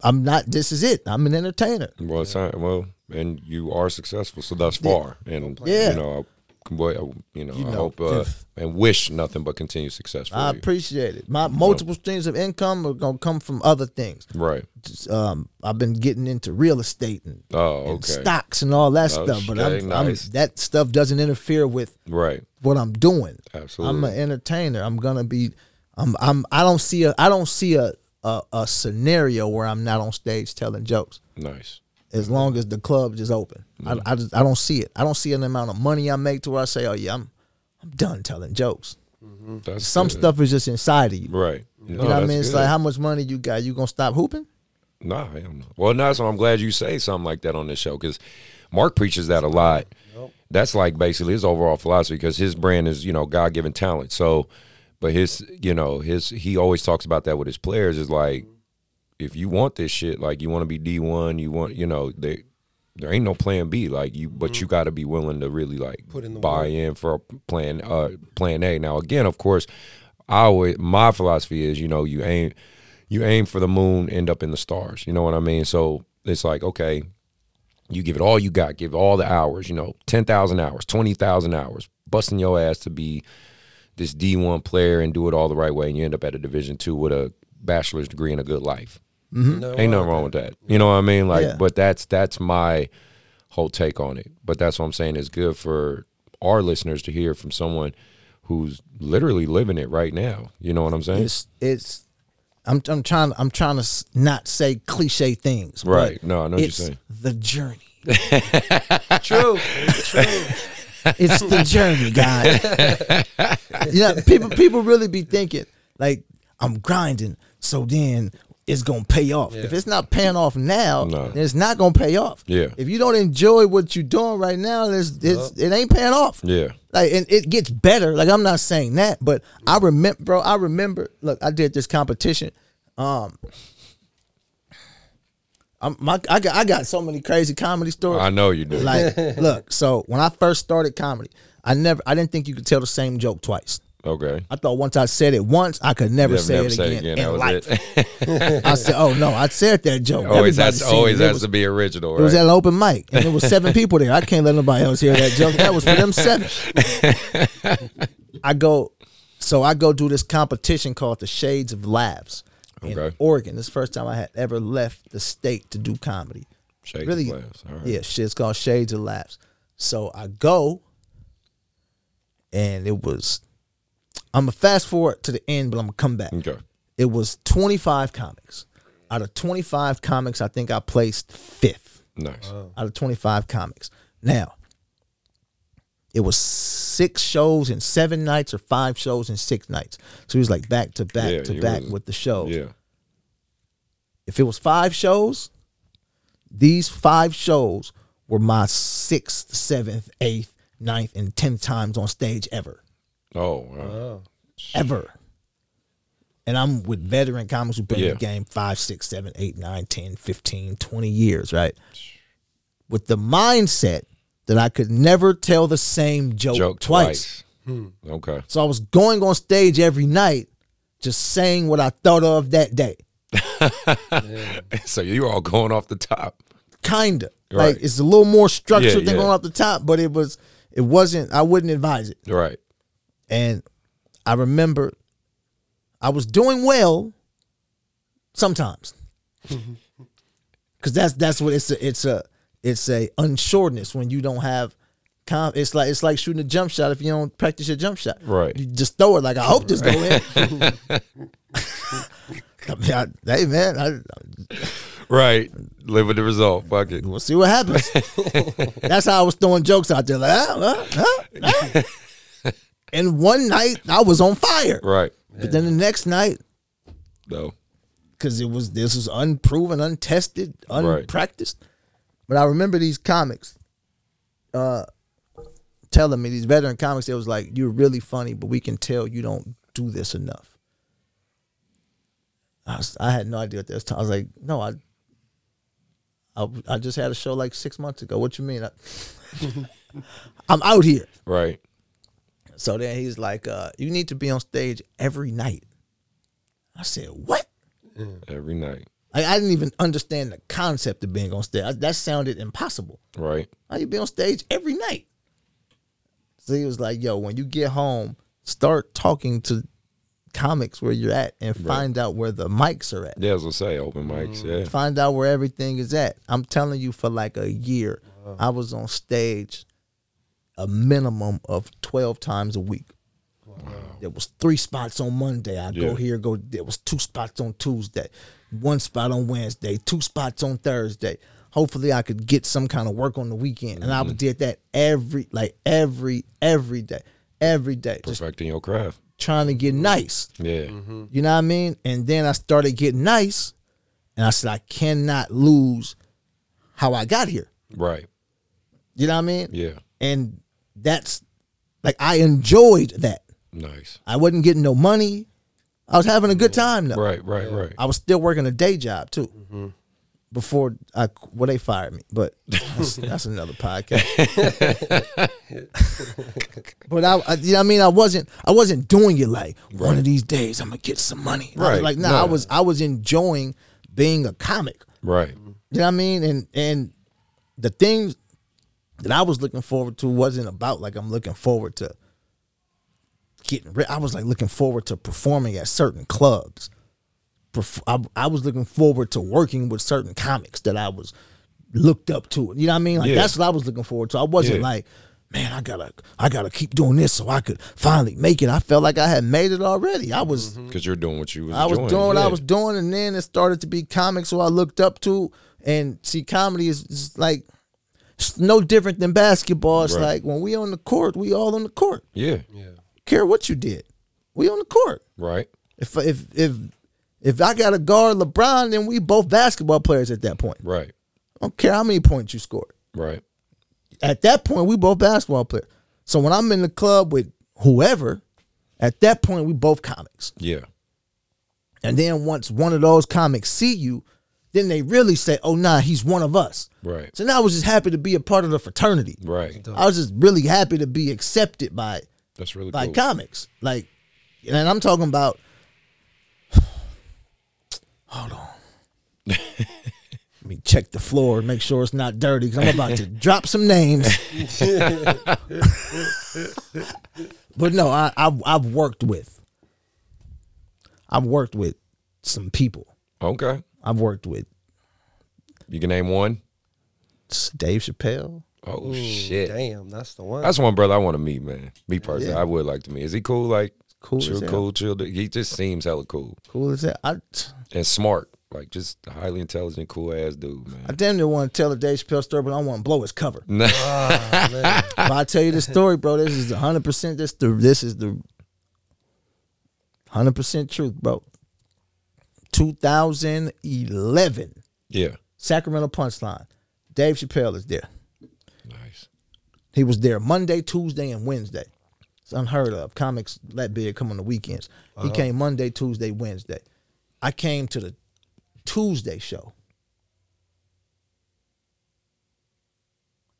I'm not. This is it. I'm an entertainer. Well, it's not, well, and you are successful so thus far, and Yeah. you know, I, can- boy, I- you know, I know, hope uh, if- and wish nothing but continued success for I you. appreciate it. My multiple streams of income are gonna come from other things. right. Just, um, I've been getting into real estate and, Oh, and okay. Oh, stocks and all that stuff, but Okay, I'm, nice. I'm, that stuff doesn't interfere with Right. what I'm doing. I'm Absolutely. an entertainer. I'm gonna be. I'm. I'm. I don't see a. I don't see a, a a scenario where I'm not on stage telling jokes. Nice. As long as the club is open, I, I just I don't see it. I don't see an amount of money I make to where I say, oh yeah, I'm I'm done telling jokes. That's Some good. stuff is just inside of you. Right. Oh, You know what I mean? It's like how much money you got? You gonna stop hooping? Nah, I don't know. Well, no, so I'm glad you say something like that on this show because Mark preaches that a lot. That's like basically his overall philosophy because his brand is you know God given talent. So, but his you know his he always talks about that with his players is like if you want this shit like you want to be D one you want you know they. There ain't no plan B, like you, but you got to be willing to really like Mm-hmm. Put in the buy work. in for a plan, uh, plan A. Now, again, of course, I always my philosophy is, you know, you aim, you aim for the moon, end up in the stars. You know what I mean? So it's like, okay, you give it all you got, give all the hours, you know, 10,000 hours, 20,000 hours, busting your ass to be this D1 player and do it all the right way. And you end up at a Division two with a bachelor's degree and a good life. Ain't nothing wrong with that. You know what I mean? Like, Mm-hmm. Yeah. but that's, that's my whole take on it. But that's what I'm saying. It's good for our listeners to hear from someone who's literally living it right now. You know what I'm saying? It's it's. I'm I'm trying I'm trying to s- not say cliche things. but Right. No, I know what you're it's saying. [LAUGHS] The journey. True. True. It's the journey, guys. yeah, people people really be thinking like I'm grinding, so then it's gonna pay off. If it's not paying off now, No. then it's not gonna pay off. Yeah. If you don't enjoy what you're doing right now, it's, it's it ain't paying off. Yeah. Like and it gets better. Like I'm not saying that, but I remember, bro. I remember. Look, I did this competition. Um, I'm, my I got I got so many crazy comedy stories. I know you do. [LAUGHS] Like, look, so when I first started comedy, I never, I didn't think you could tell the same joke twice. Okay. I thought once I said it once, I could never say it again in life. [LAUGHS] it. I said, "Oh no, I [LAUGHS] said that joke." always Everybody has, seen always it. It has was- to be original, It was at right? an open mic, and there was [LAUGHS] seven people there. I can't let nobody else hear that joke. That was for them seven. I go, so I go do this competition called the Shades of Laughs in Okay. Oregon. This is the first time I had ever left the state to do comedy. Shades of really, Laughs, all right. yeah, shit. It's called Shades of Laughs. So I go, and it was. I'm gonna fast forward to the end, but I'm gonna come back Okay. it was 25 comics. Out of 25 comics, I think I placed fifth Nice. out of 25 comics. Now, it was six shows and seven nights, or five shows and six nights. So he was like back to back Yeah, to he back was- with the shows. yeah. If it was five shows, these five shows were my sixth, seventh, eighth, ninth, and tenth times on stage ever. Oh, wow. ever. And I'm with veteran comics who've been in Yeah. the game five, six, seven, eight, nine, 10, 15, 20 years, right? With the mindset that I could never tell the same joke, joke Oh, twice. Hmm. twice. Okay. [LAUGHS] So I was going on stage every night just saying what I thought of that day. So you were all going off the top. Kinda. Right. Like it's a little more structured Yeah, than yeah. going off the top, but it was it wasn't I wouldn't advise it. Right. And I remember I was doing well sometimes. Cause that's that's what it's a it's a it's a unsureness when you don't have conf- it's like it's like shooting a jump shot if you don't practice your jump shot. Right. You just throw it like I hope this go in. [LAUGHS] I mean, I- hey man, I, Right. Live with the result. Fuck it. we'll see what happens. That's how I was throwing jokes out there, like ah, ah, ah, ah. And one night I was on fire. Right. But then the next night, No. because it was this was unproven, untested, Right. unpracticed. But I remember these comics uh telling me, these veteran comics, they was like, You're really funny, but we can tell you don't do this enough. I, was, I had no idea at this time. I was like, no, I, I, I just had a show like six months ago. What you mean? I, [LAUGHS] I'm out here. Right. So then he's like, uh, you need to be on stage every night. I said, what? Every night. Like I didn't even understand the concept of being on stage. I- that sounded impossible. Right. How you be on stage every night? So he was like, "Yo, when you get home, start talking to comics where you're at and find out where the mics are at. Yeah, as I say, open mics. Yeah. Find out where everything is at." I'm telling you, for like a year, I was on stage a minimum of twelve times a week. There was three spots on Monday. I Yeah. go here, go there was two spots on Tuesday, one spot on Wednesday, two spots on Thursday. Hopefully I could get some kind of work on the weekend. And I did that every like every every day. Every day. Just Perfecting your craft. trying to get nice. Yeah. You know what I mean? And then I started getting nice and I said I cannot lose how I got here. Right. You know what I mean? Yeah. And that's like I enjoyed that. Nice. I wasn't getting no money. I was having a good time though. Right. Right. Right. Mm-hmm. I was still working a day job too. Before I well they fired me, but that's, that's [LAUGHS] another podcast. but I, I, you know what I mean, I wasn't, I wasn't doing it like one of these days I'm gonna get some money. I was Right. like nah, I No. was, I was enjoying being a comic. Right. You know what I mean? And and the things that I was looking forward to wasn't about like I'm looking forward to getting rid. I was like looking forward to performing at certain clubs. Perf- I, I was looking forward to working with certain comics that I was looked up to. You know what I mean? Like Yeah. that's what I was looking forward to. I wasn't Yeah. like, man, I gotta I gotta keep doing this so I could finally make it. I felt like I had made it already. I was Because you're doing what you was. I was enjoying. doing what yeah. I was doing, and then it started to be comics who I looked up to. And see, comedy is just like it's no different than basketball. It's Right. like when we on the court, we all on the court. Yeah. Care what you did, we on the court. Right. If if if if I got to guard LeBron, then we both basketball players at that point. Right. I don't care how many points you scored. Right. At that point, we both basketball players. So when I'm in the club with whoever, at that point we both comics. Yeah. And then once one of those comics see you, then they really say, "Oh nah, he's one of us." Right. So now I was just happy to be a part of the fraternity. Right. I was just really happy to be accepted by That's really like cool. comics. Like, and I'm talking about. [SIGHS] Hold on. Let me check the floor and make sure it's not dirty because I'm about to drop some names. but no, I, I've I've worked with. I've worked with some people. okay, I've worked with you can name one. Dave Chappelle. Oh shit, Damn, that's the one. that's one brother I want to meet, man. Me personally, I would like to meet. Is he cool? Like Cool as chill, hell. cool, chill. dude? He just seems hella cool Cool as that. I, and smart. Like just highly intelligent, cool ass dude, I man. damn near want to tell a Dave Chappelle story, but I want to blow his cover. [LAUGHS] Ah, man. if I tell you the story, bro, this is hundred percent. This the this is the hundred percent truth, bro. 2011 yeah, Sacramento Punchline. Dave Chappelle is there. nice. He was there Monday, Tuesday, and Wednesday. It's unheard of. Comics that big come on the weekends. He came Monday, Tuesday, Wednesday. I came to the Tuesday show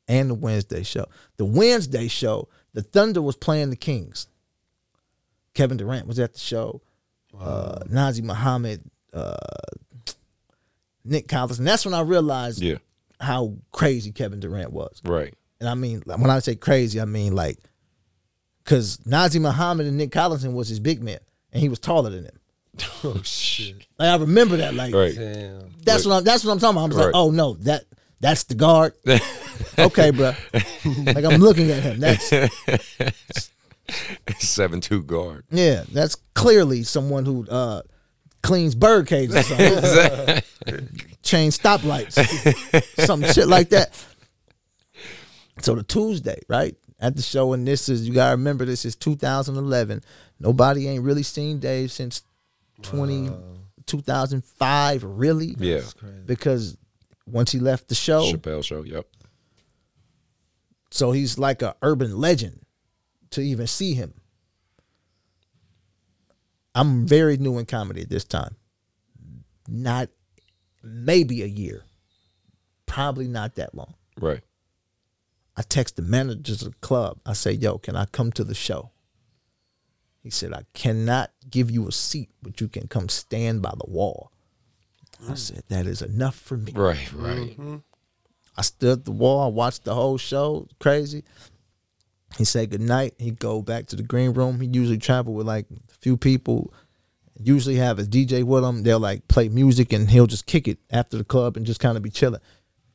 and the Wednesday show. The Wednesday show, the Thunder was playing the Kings. Kevin Durant was at the show. Uh, Nazi Muhammad, uh, Nick Collins, and that's when I realized Yeah, how crazy Kevin Durant was. right. And I mean, like, when I say crazy, I mean like, because Nazi Muhammad and Nick Collinson was his big man, and he was taller than him. [LAUGHS] Oh shit, Like I remember that. Like right. Damn. that's what I'm. That's what I'm talking about. I'm just Right. like, oh no, that that's [LAUGHS] the guard. okay, bro. Like I'm looking at him. That's [LAUGHS] Seven two guard. yeah. That's clearly someone who uh cleans bird cages [LAUGHS] or something, change stoplights, some shit like that. So the Tuesday, right? At the show, and this is you gotta remember this is 2011. Nobody ain't really seen Dave since 20, 2005, really. Yeah, Because once he left the show, Chappelle show. Yep. so he's like a urban legend to even see him. I'm very new in comedy at this time. Not maybe a year. Probably not that long. Right. I text the managers of the club. I say, yo, can I come to the show? He said, I cannot give you a seat, but you can come stand by the wall. I said, that is enough for me. Right. Right. Mm-hmm. I stood at the wall. I watched the whole show. Crazy. He said goodnight. He go back to the green room. He usually travel with like a few people. Usually have a DJ with him. They'll like play music and he'll just kick it after the club and just kind of be chilling.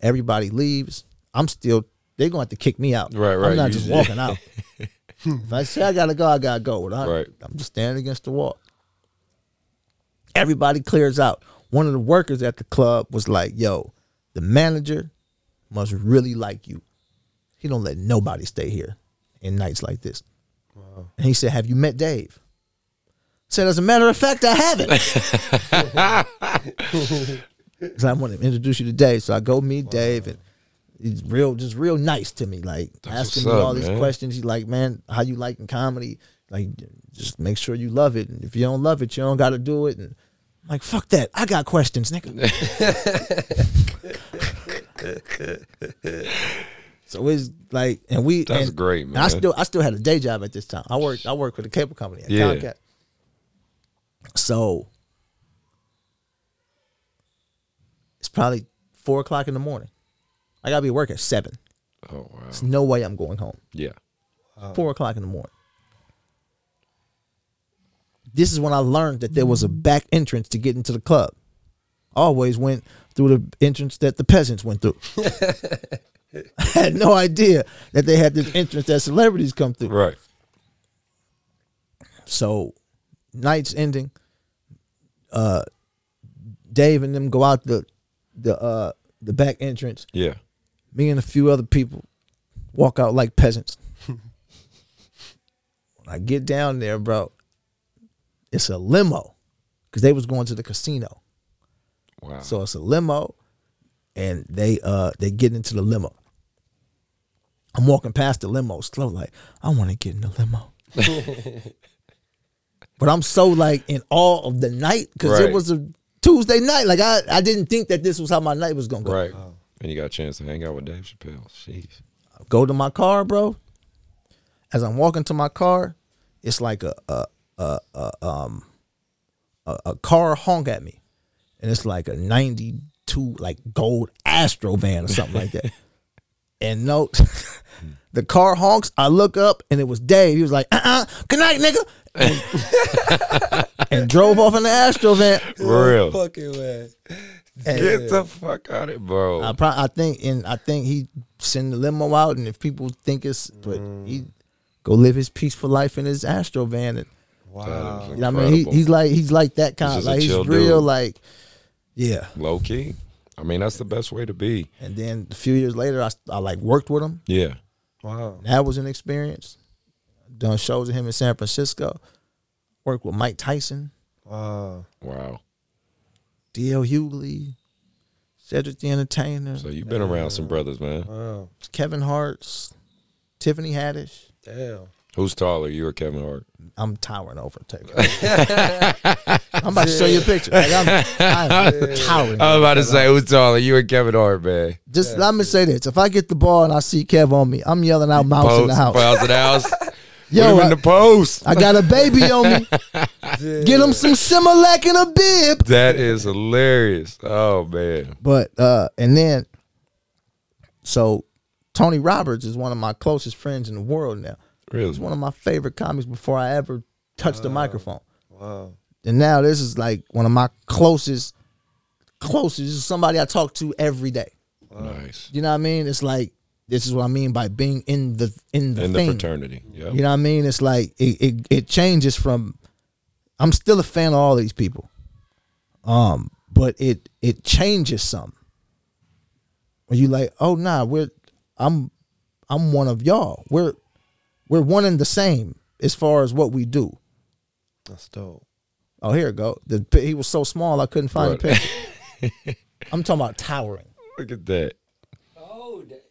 Everybody leaves. I'm still. They're gonna have to kick me out. Right, right. I'm not You- just [LAUGHS] walking out. if I say I gotta go, I gotta go. I, Right. I'm just standing against the wall. Everybody clears out. One of the workers at the club was like, "Yo, the manager must really like you. He don't let nobody stay here in nights like this. And he said, Have you met Dave? I said, As a matter of fact, [LAUGHS] I haven't. so I want to introduce you to Dave. So I go meet Dave and he's real just real nice to me. Like asking me what's up, all these man. questions. He's like, Man, how you liking comedy? Like just make sure you love it. And if you don't love it, you don't gotta do it. And I'm like, fuck that. I got questions, nigga. [LAUGHS] So it's like, and we That's and- great, and I man. still I still had a day job at this time. I worked I worked with a cable company at Yeah. Comcast. So it's probably four o'clock in the morning. I gotta be at work at seven. Oh wow. There's no way I'm going home. Yeah. Four o'clock in the morning. This is when I learned that there was a back entrance to get into the club. I always went through the entrance that the peasants went through. [LAUGHS] I had no idea that they had this entrance that celebrities come through. Right. So, night's ending. Uh, Dave and them go out the the uh the back entrance Yeah. me and a few other people walk out like peasants. when I get down there, bro, it's a limo because they was going to the casino, Wow. so it's a limo, and they uh they get into the limo. I'm walking past the limo slow, like I want to get in the [LAUGHS] limo. but I'm so like in awe of the night because Right. it was a Tuesday night. Like I, I didn't think that this was how my night was gonna go. right. And you got a chance to hang out with Dave Chappelle. Jeez. go to my car, bro. as I'm walking to my car, it's like a a a, a um a, a car honk at me, and it's like a '92 like gold Astro van or something like that. And no, [LAUGHS] the car honks. I look up and it was Dave. He was like, "Uh, uh good night, nigga," and, [LAUGHS] and drove off in the Astro van. For real. Fucking way. Get the fuck out of it, bro. I pro- I think and I think he send the limo out and if people think it's but he go live his peaceful life in his Astro van and That is you know what I mean he, incredible. he's like he's like that kind He's of just a like he's chill real dude. like yeah low key. I mean, that's the best way to be. and then a few years later I, I like worked with him Yeah. Wow. that was an experience done shows with him in San Francisco worked with Mike Tyson Wow. Wow. D.L. Hughley Cedric the Entertainer So you've been around some brothers, man. Wow. Kevin Hart's Tiffany Haddish Damn. Who's taller, you or Kevin Hart? I'm towering over. [LAUGHS] Take it. I'm about to show you a picture. Like, I'm, I'm towering. I was about to say, who's taller, you or Kevin Hart, man? Just let me say this: if I get the ball and I see Kev on me, I'm yelling out mouse in the house. Post in the [LAUGHS] house. Yo, Put him I- in the post. I got a baby [LAUGHS] on me. Get him some Similac and a bib. That is hilarious. Oh man. But uh, and then, so Tony Roberts is one of my closest friends in the world now. Really? was one of my favorite comics before I ever touched the microphone. Wow. And now this is like one of my closest, closest. This is somebody I talk to every day. Nice. You know what I mean? It's like this is what I mean by being in the in the In the thing. fraternity. Yep. You know what I mean? It's like it, it it changes from. I'm still a fan of all these people, um, but it it changes some. When you like, oh nah, we're I'm I'm one of y'all. We're we're one and the same as far as what we do. That's dope. Oh, here it go. The, pi- he was so small I couldn't find the Right. picture. I'm talking about towering. Look at that.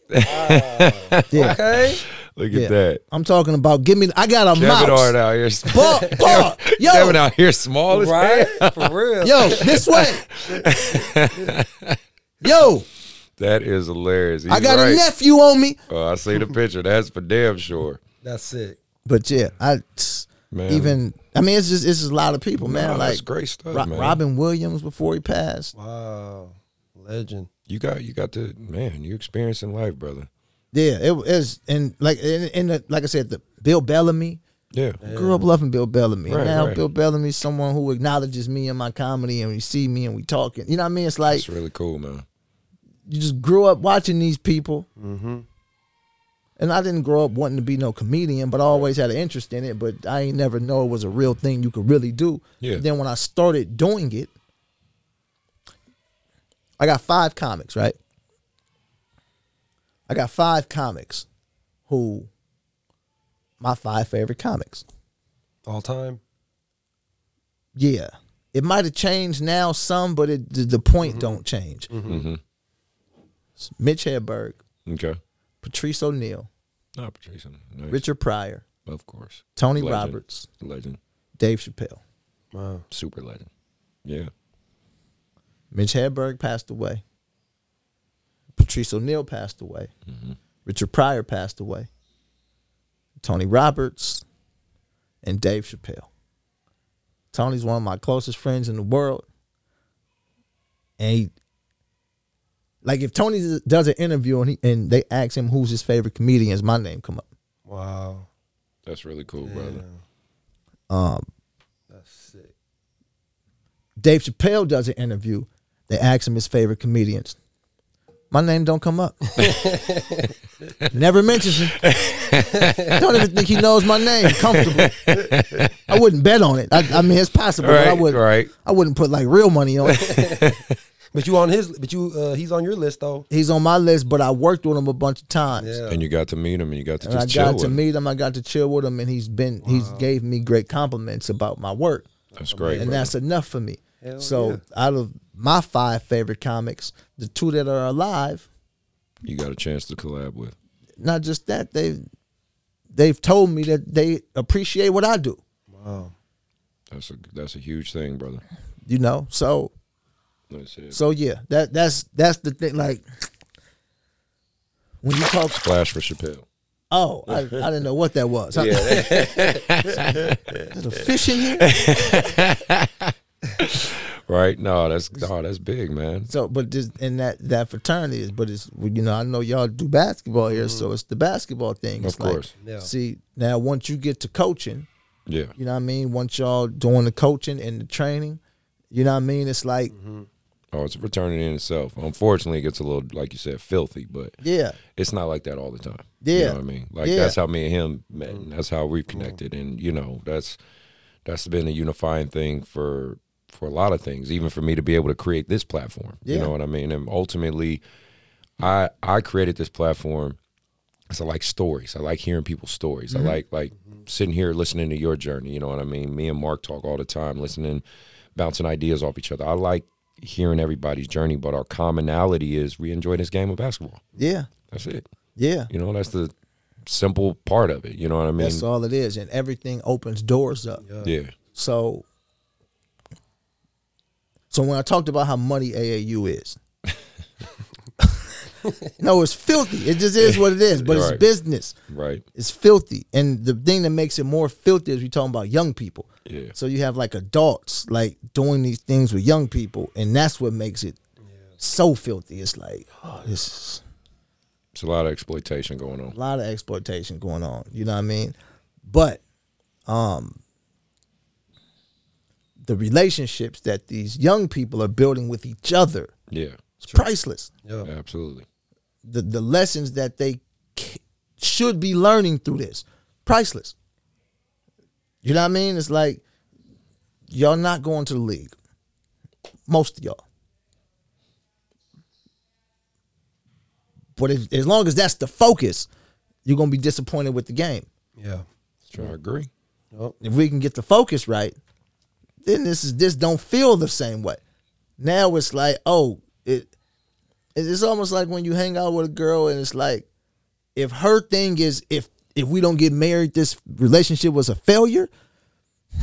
Yeah. Okay. Look Yeah. at that. I'm talking about give me. I got a Kevin mouse. Hart out here. [LAUGHS] Paul, Paul, yo, Kevin out here small as Right? hell. [LAUGHS] For real. yo, this way. yo, That is hilarious. I He's got right. a nephew on me. Oh, I see [LAUGHS] the picture. That's for damn sure. That's it. But yeah, I Man. even. I mean, it's just it's just a lot of people, man. Nah, like that's great stuff, Ro- man. Robin Williams before he passed. Wow. Legend. You got you got the man, you experiencing life, brother. Yeah, it was and like and, and the, like I said, the Bill Bellamy. Yeah. Grew up loving Bill Bellamy. Right, now right. Bill Bellamy's someone who acknowledges me in my comedy and you see me and we talking. You know what I mean? It's like It's really cool, man. you just grew up watching these people. And I didn't grow up wanting to be no comedian, but I always had an interest in it. But I ain't never know it was a real thing you could really do. Yeah. Then when I started doing it, I got five comics, right? I got five comics who my five favorite comics. All time. Yeah. It might have changed now some, but it the, the point don't change. It's Mitch Hedberg, Okay. Patrice O'Neill, No, Patricia. Nice. Richard Pryor, Of course. Tony Legend. Roberts, Legend. Dave Chappelle. Wow. Super legend. Yeah. Mitch Hedberg passed away. Patrice O'Neill passed away. Richard Pryor passed away. Tony Roberts and Dave Chappelle. Tony's one of my closest friends in the world. And he, like if Tony does an interview and, he, and they ask him who's his favorite comedians, my name come up. Wow. That's really cool, brother. Um, That's sick. Dave Chappelle does an interview, they ask him his favorite comedians. My name don't come [LAUGHS] up. Never mentions it. Don't even think he knows my name comfortably. I wouldn't bet on it. I, I mean, it's possible. but I Right, wouldn't. right. I wouldn't put like real money on it. But you on his but you uh he's on your list though. He's on my list, but I worked with him a bunch of times. Yeah. And you got to meet him and you got to And I just chill got with to him. meet him. I got to chill with him, and he's been he's gave me great compliments about my work. That's great. and brother. that's enough for me. Hell so out of my five favorite comics, the two that are alive, you got a chance to collab with. not just that they they've told me that they appreciate what I do. Wow. That's a that's a huge thing, brother. You know, so That's it. so yeah, that that's that's the thing. Like when you talk, Flash for Chappelle. Oh, I, I didn't know what that was. Yeah, [LAUGHS] Is that- there a fish in here? right. No, that's oh, that's big, man. So, but this and that that fraternity is, but it's you know I know y'all do basketball here, so it's the basketball thing. It's Mm-hmm. Of like, course. Yeah. See now, once you get to coaching, Yeah, you know what I mean. Once y'all doing the coaching and the training, you know what I mean. It's like, oh, it's a fraternity in itself. Unfortunately, it gets a little, like you said, filthy, but yeah, it's not like that all the time. you Yeah. know what I mean. Like Yeah. that's how me and him met, and that's how we've connected, and you know that's that's been a unifying thing for for a lot of things, even for me to be able to create this platform. You Yeah. know what I mean? And ultimately, I I created this platform. So I like stories. I like hearing people's stories. Mm-hmm. I like like sitting here listening to your journey. You know what I mean? Me and Mark talk all the time, listening, bouncing ideas off each other. I like hearing everybody's journey, but our commonality is we enjoy this game of basketball. yeah, That's it. yeah. You know, that's the simple part of it. You know what I mean? That's all it is, and everything opens doors up. Yeah. So, so when I talked about how muddy AAU [LAUGHS] is, [LAUGHS] no, it's filthy. It just is what it is, but Right. it's business. Right. It's filthy, and the thing that makes it more filthy is we talking about young people. Yeah. So you have like adults like doing these things with young people, and that's what makes it so filthy. It's like oh, this is It's a lot of exploitation going on. a lot of exploitation going on. You know what I mean? But um the relationships that these young people are building with each other Yeah. is priceless. Yeah. Absolutely. The the lessons that they c- should be learning through this, priceless. You know what I mean? It's like y'all not going to the league. Most of y'all. But if, as long as that's the focus, you're going to be disappointed with the game. Yeah. Sure, I agree. If we can get the focus right, then this is this don't feel the same way. Now it's like, oh, it it's almost like when you hang out with a girl and it's like if her thing is if if we don't get married this relationship was a failure. [SIGHS]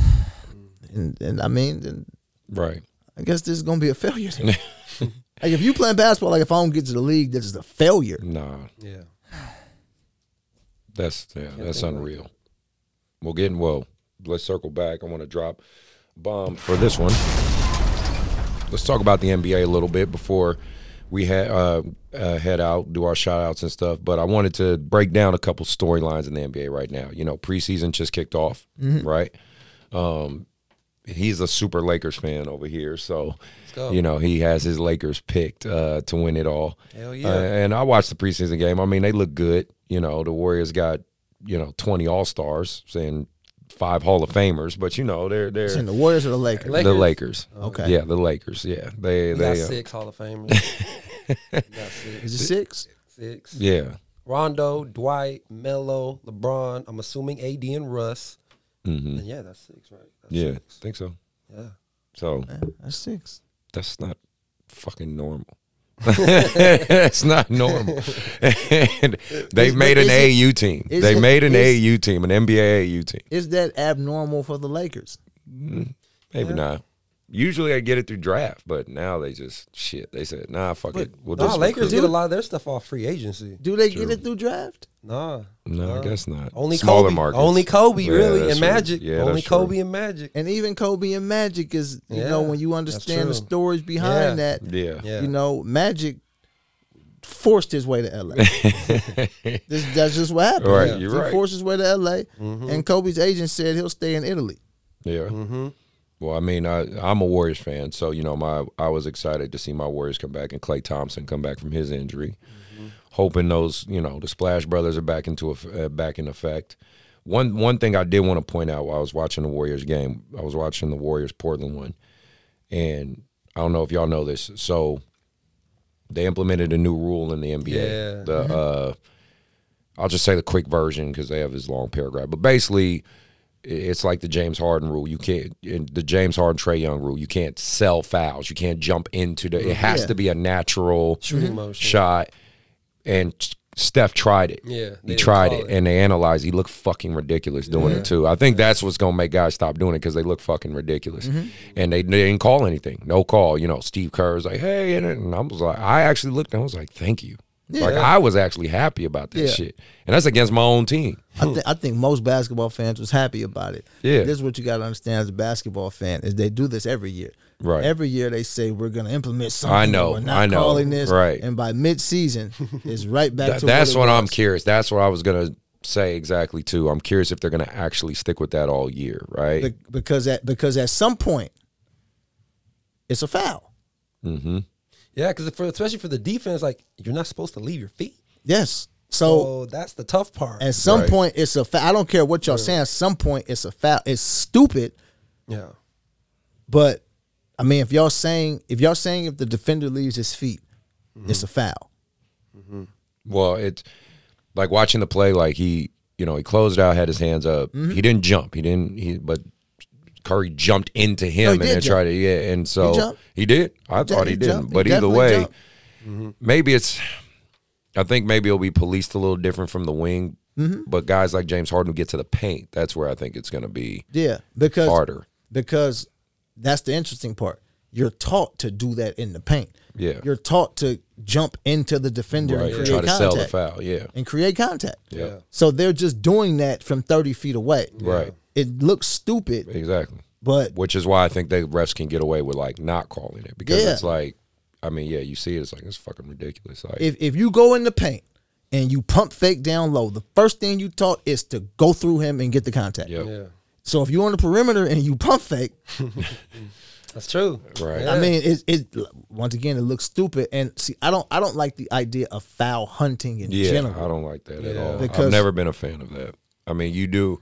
And, and I mean, then Right. I guess this is gonna be a failure. then. like if you playing basketball, like if I don't get to the league, this is a failure. Nah. Yeah. That's yeah, that's unreal. Well getting well, let's circle back. I want to drop a bomb for this one. Let's talk about the NBA a little bit before we ha- uh, uh, head out, do our shout outs and stuff. But I wanted to break down a couple storylines in the NBA right now. You know, preseason just kicked off, Mm-hmm. right? Um, he's a super Lakers fan over here, so go. you know he has his Lakers picked uh, to win it all. Hell yeah. Uh, and I watched the preseason game. I mean, they look good. You know, the Warriors got you know twenty All Stars and five Hall of Famers, but you know they're they're It's in the Warriors or the Lakers. Lakers. the Lakers. Okay. yeah, the Lakers. Yeah, they We got they uh, six Hall of Famers. [LAUGHS] We got six. Is it six? Six. yeah Rondo, Dwight, Melo, LeBron. I'm assuming AD and Russ. And yeah, that's six, right? That's Mm-hmm. yeah six. think so. Yeah. So That's six. that's not fucking normal. [LAUGHS] it's not normal. and they've made an is it- AAU team. is They it- made an is- AAU team, an NBA AAU team. Is that abnormal for the Lakers? Maybe not. Usually I get it through draft, but now they just shit. They said, "Nah, fuck it." We'll Nah, just Lakers recruit. did a lot of their stuff off free agency. Do they get it through draft? Nah. No, nah. I guess not. Only smaller Kobe. markets. Only Kobe, Yeah, really, that's and true. Magic. Yeah, Only that's true. Kobe and Magic. And even Kobe and Magic is, you Yeah, know, when you that's understand the true. stories behind Yeah. that, Yeah. Yeah. you know, Magic forced his way [LAUGHS] to LA. this, that's just what happened. Right, He- you're he right. Mm-hmm. forced his way to LA, and Kobe's agent said he'll stay in Italy. Yeah. Mm-hmm. Well, I mean, I, I'm a Warriors fan, so you know, my I was excited to see my Warriors come back and Clay Thompson come back from his injury, Mm-hmm. hoping those you know the Splash Brothers are back into eff- uh, back in effect. One one thing I did want to point out while I was watching the Warriors game, I was watching the Warriors Portland one, and I don't know if y'all know this, so they implemented a new rule in the NBA. Yeah. Mm-hmm. The uh, I'll just say the quick version because they have this long paragraph, but basically it's like the James Harden rule. You can't in the James Harden Trey Young rule. You can't sell fouls. You can't jump into the. It has Yeah. to be a natural Shooting motion. shot. And Steph tried it. Yeah, they he didn't tried call it, it. and they analyzed. He looked fucking ridiculous doing it too. I think that's what's gonna make guys stop doing it because they look fucking ridiculous, Mm-hmm. and they, they didn't call anything. No call. You know, Steve Kerr was like, "Hey," and, and I was like, I actually looked. and I was like, "Thank you." Like I was actually happy about that Yeah. shit, and that's against my own team. [LAUGHS] I, th- I think most basketball fans was happy about it. Yeah. this is what you got to understand as a basketball fan is they do this every year. Right. Every year they say we're going to implement something. I know, We're not I know, Calling this. right. And by mid-season, it's right back Th- to that's what, it what I'm was. curious. That's what I was gonna say exactly too. I'm curious if they're gonna actually stick with that all year, right? Be- because at because at some point, it's a foul. Yeah, because for especially for the defense, like you're not supposed to leave your feet. Yes. So So that's the tough part. at some Oh. Right. point, it's a foul. I don't care what y'all saying. At some point, it's a foul. It's stupid. yeah. But I mean, if y'all saying if y'all saying if the defender leaves his feet, Mm-hmm. it's a foul. well, it's like watching the play. Like he, you know, he closed out, had his hands up. Mm-hmm. He didn't jump. He didn't. He but Curry jumped into him and Oh, did then jump. tried to yeah. And so he, jumped. did. I thought he he, didn't. jumped. He But either definitely way, jumped. maybe it's. I think maybe it'll be policed a little different from the wing. Mm-hmm. But guys like James Harden who get to the paint. That's where I think it's gonna be Yeah, because harder. because that's the interesting part. You're taught to do that in the paint. Yeah. you're taught to jump into the defender Right. and create Try to contact sell the foul. Yeah. and create contact. Yeah. So they're just doing that from thirty feet away. Right. It looks stupid, Exactly. but Which is why I think they refs can get away with like not calling it because Yeah. it's like, I mean, yeah, you see it, it's like it's fucking ridiculous. Like, if if you go in the paint and you pump fake down low, the first thing you taught is to go through him and get the contact. yep, Yeah. So if you're on the perimeter and you pump fake, That's true. Right. Yeah. I mean, it, it once again it looks stupid. And see, I don't I don't like the idea of foul hunting in yeah, general. I don't like that at Yeah. all. I've Because- never been a fan of that. I mean, you do,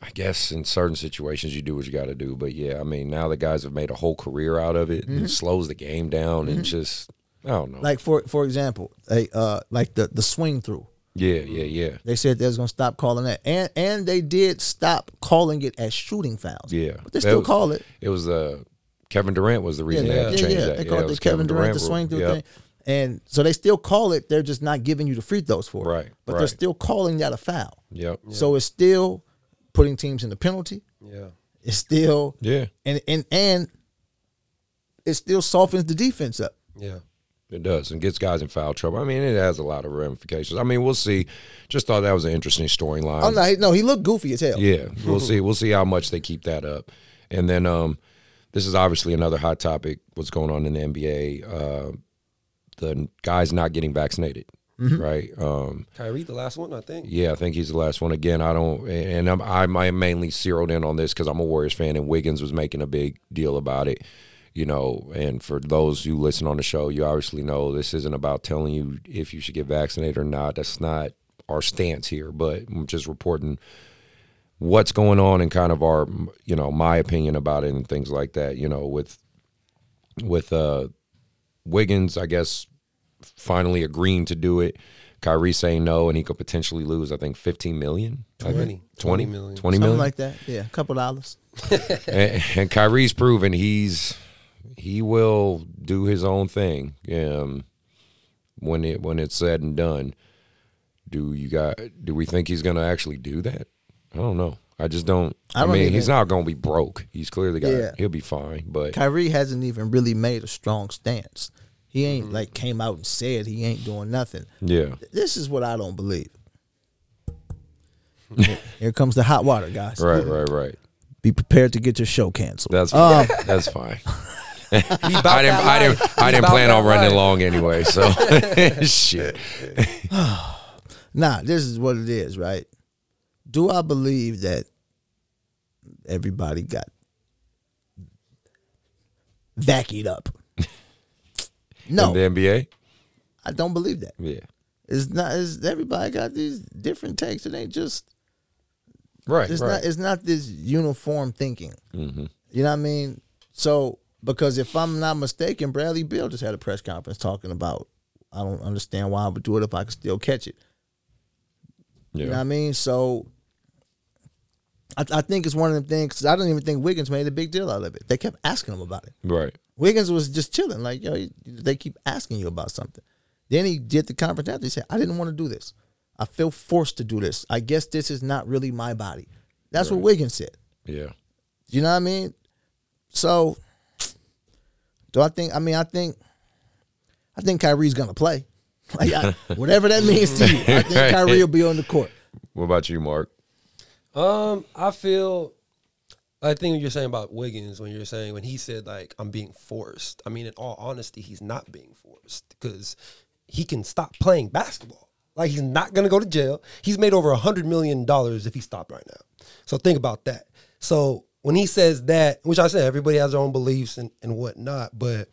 I guess, in certain situations, you do what you got to do. But yeah, I mean, now the guys have made a whole career out of it. And it slows the game down and just, I don't know. Mm-hmm. Like for for example, a uh, like the the swing through. yeah, yeah, yeah, They said they was gonna stop calling that, and and they did stop calling it as shooting fouls. yeah. but they That still was- call it. It was uh, Kevin Durant was the Yeah, reason yeah, they had to yeah, change yeah. that. They Yeah, called it the was Kevin Durant the rule. swing through Yep. thing, and so they still call it. They're just not giving you the free throws for it. Right, but right. they're still calling that a foul. Yep. So it's still putting teams in the penalty. Yeah. It's still Yeah. and and and it still softens the defense up. Yeah. It does, and gets guys in foul trouble. I mean, it has a lot of ramifications. I mean, we'll see. Just thought that was an interesting storyline. Oh no, he, no, he looked goofy as hell. Yeah, we'll see. We'll see how much they keep that up. And then, um, this is obviously another hot topic. What's going on in the NBA? Uh, the guys not getting vaccinated, right? Um, Kyrie, the last one, I think. yeah, I think he's the last one. Again, I don't, and I'm, I'm I mainly zeroed in on this because I'm a Warriors fan, and Wiggins was making a big deal about it. You know, and for those who listen on the show, you obviously know this isn't about telling you if you should get vaccinated or not. That's not our stance here, but I'm just reporting what's going on and kind of our, you know, my opinion about it and things like that. You know, with with uh Wiggins, I guess, finally agreeing to do it. Kyrie saying no, and he could potentially lose, I think, 15 million. 20. 20 20 million. 20 Something million. like that. Yeah, a couple dollars. and, and Kyrie's proven he's he will do his own thing. Um, when it when it's said and done, do you got do we think he's gonna actually do that? I don't know. I just don't. I, I don't mean, even- he's not gonna be broke. He's clearly got. Yeah. He'll be fine. But Kyrie hasn't even really made a strong stance. He ain't Mm-hmm. like came out and said he ain't doing nothing. yeah, This is what I don't [LAUGHS] believe. Here comes the hot water, guys. right, right, right. Be prepared to get your show canceled. That's fine. That's [LAUGHS] fine. I didn't. I didn't. I didn't plan on running long anyway. [LAUGHS] So shit. Nah, this is what it is, right? Do I believe that everybody got [LAUGHS] vaccied up? No, In the NBA. I don't believe that. Yeah. It's not. It's, everybody got these different takes. It ain't just. Right. Mm-hmm. It's right. not. It's not this uniform thinking. You know what I mean? So because if I'm not mistaken, Bradley Bill just had a press conference talking about. I don't understand why I would do it if I could still catch it. yeah. You know what I mean? So I, I think it's one of them things. 'cause I don't even think Wiggins made a big deal out of it. They kept asking him about it. Right. Wiggins was just chilling, like yo. you- They keep asking you about something. Then he did the conference after. He said, "I didn't want to do this. I feel forced to do this. I guess this is not really my body." That's what Wiggins said. Yeah. You know what I mean? So, do I think? I mean, I think, I think Kyrie's gonna play. [LAUGHS] Like, I- whatever that means to you, I think Kyrie will be on the court. What about you, Mark? Um, I feel. I think what you're saying about Wiggins when you're saying when he said like I'm being forced. I mean, in all honesty, he's not being forced because he can stop playing basketball. Like he's not gonna go to jail. He's made over a hundred million dollars if he stopped right now. So think about that. So when he says that, which I said everybody has their own beliefs and, and whatnot, but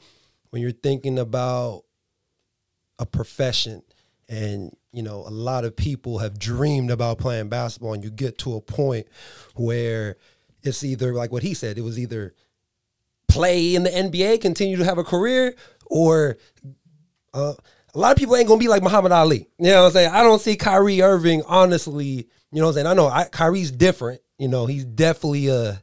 when you're thinking about a profession and you know a lot of people have dreamed about playing basketball and you get to a point where it's either like what he said it was either play in the NBA continue to have a career or uh, a lot of people ain't gonna be like Muhammad Ali. You know what I'm saying? I don't see Kyrie Irving honestly. You know what I'm saying? I know I, Kyrie's different. You know he's definitely uh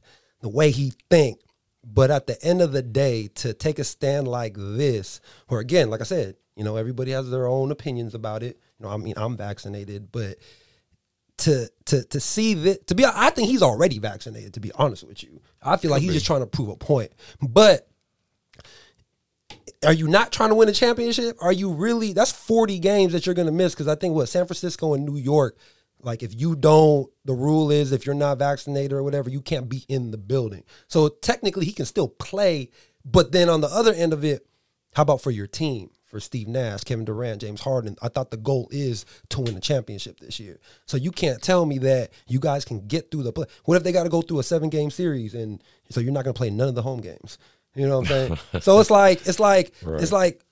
the way he think. But at the end of the day, to take a stand like this, or again, like I said, you know everybody has their own opinions about it. You know, I mean, I'm vaccinated, but to to to see that to be I think he's already vaccinated to be honest with you. I feel like he's just trying to prove a point. But are you not trying to win a championship? Are you really that's 40 games that you're going to miss cuz I think what San Francisco and New York like if you don't the rule is if you're not vaccinated or whatever you can't be in the building. So technically he can still play, but then on the other end of it how about for your team? For Steve Nash, Kevin Durant, James Harden, I thought the goal is to win the championship this year. So you can't tell me that you guys can get through the play. What if they got to go through a seven game series and so you're not going to play none of the home games? You know what I'm saying? so it's like it's like it's like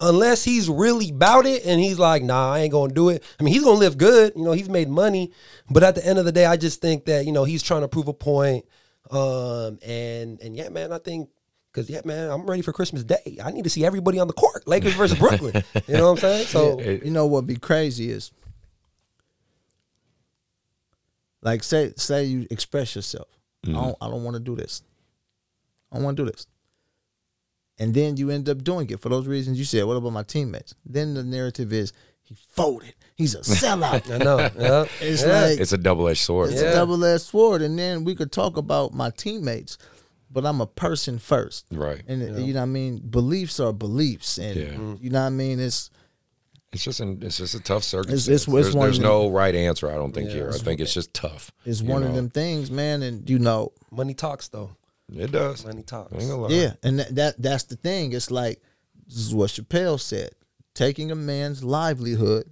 unless he's really about it and he's like, nah, I ain't gonna do it. I mean, he's gonna live good. You know, he's made money, but at the end of the day, I just think that you know he's trying to prove a point. Um, and and yeah, man, I think. Cause yeah, man, I'm ready for Christmas Day. I need to see everybody on the court, Lakers versus Brooklyn. You know what I'm saying? So You know what'd be crazy is, like, say say you express yourself. I don't, I don't want to do this. I don't want to do this. And then you end up doing it for those reasons you said. What about my teammates? Then the narrative is he folded. He's a sellout. [LAUGHS] I know. Yeah. It's Yeah. like It's a double edged sword. it's a double edged sword. And then we could talk about my teammates, but I'm a person first. Right. And you know what I mean? Beliefs are beliefs. And Yeah. Mhm. you know what I mean? It's It's just an, it's just a tough circumstance. it's there's one there's of no right answer. I don't think here. I think it's just tough. it's you one know? of them things, man. And you know, money talks though. It does. Money talks. I ain't gonna lie. yeah. And that, that that's the thing. It's like this is what Chappelle said. Taking a man's livelihood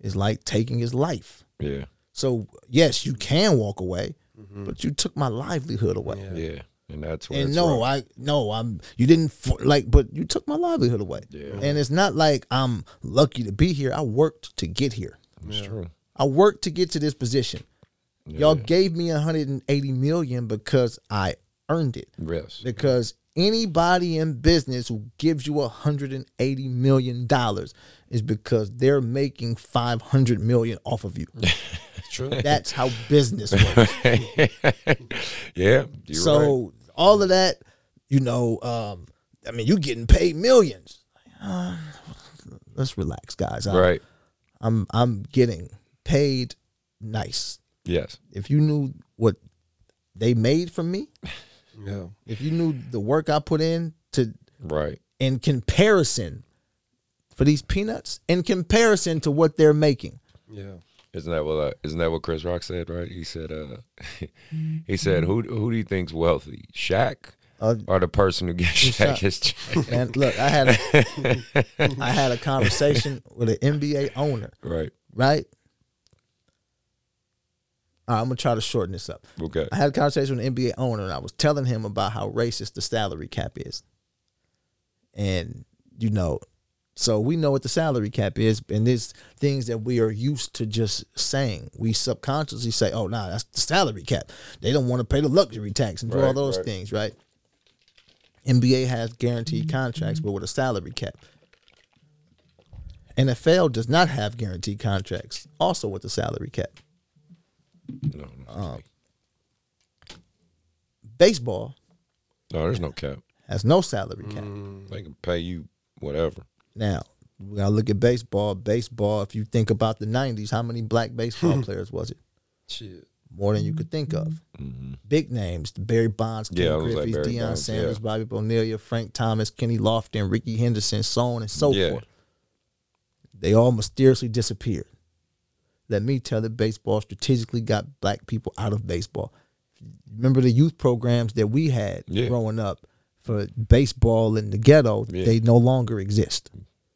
is like taking his life. Yeah. So yes, you can walk away, but you took my livelihood away. Yeah. And that's where and it's no, rough. I no, I'm you didn't f- like, but you took my livelihood away. And it's not like I'm lucky to be here. I worked to get here. it's true. I worked to get to this position. Y'all gave me 180 million because I earned it. Yes. Because anybody in business who gives you 180 million dollars is because they're making 500 million off of you. [LAUGHS] True. That's how business works. yeah. You're right. so all of that, you know, um, I mean, you getting paid millions. Uh, let's relax, guys. I, right. I'm I'm getting paid nice. Yes. If you knew what they made from me, Yeah. if you knew the work I put in to Right. in comparison for these peanuts, in comparison to what they're making. Yeah. Isn't that what uh, isn't that what Chris Rock said? Right? He said, uh, [LAUGHS] he said, who who do you think's wealthy, Shaq, Uh, or the person who gives Shaq Shaq. his check? And look, I had a, [LAUGHS] I had a conversation with an NBA owner right. right? All right, I'm gonna try to shorten this up. Okay. I had a conversation with an NBA owner, and I was telling him about how racist the salary cap is, and you know, so we know what the salary cap is, and there's things that we are used to just saying. We subconsciously say, "Oh, nah, that's the salary cap." They don't want to pay the luxury tax and do all Right, those right. things, right? NBA has guaranteed contracts, but with a salary cap. NFL does not have guaranteed contracts, also with a salary cap. No. No, Baseball no there's no cap. has no salary cap. They can pay you whatever. Now, we gotta look at baseball. Baseball, if you think about the 90s, how many black [LAUGHS] baseball players was it? Shit. More than you could think of. Big names Barry Bonds, Ken Mm-hmm. Yeah, I was like Griffey, Barry Deion Bonds, Sanders, yeah. Oh, Bobby Bonilla, Frank Thomas, Kenny Lofton, Ricky Henderson, so on and so Yeah. forth. They all mysteriously disappeared. Let me tell that baseball strategically got black people out of baseball. Remember the youth programs that we had Yeah. growing up for baseball in the ghetto? Yeah. They no longer exist.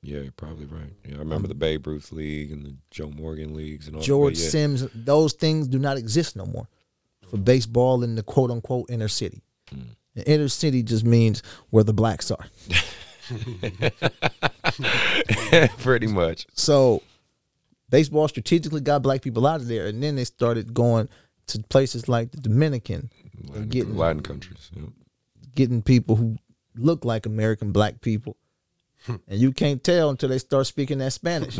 Yeah, you're probably right. Yeah, I remember the Babe Ruth League and the Joe Morgan leagues and all. George that, but yeah. Sims, those things do not exist no more for baseball in the quote unquote inner city. The inner city just means where the blacks are. [LAUGHS] pretty much. So baseball strategically got black people out of there, and then they started going to places like the Dominican, Latin, getting- Latin countries. yeah. getting people who look like American black people. And you can't tell until they start speaking that Spanish.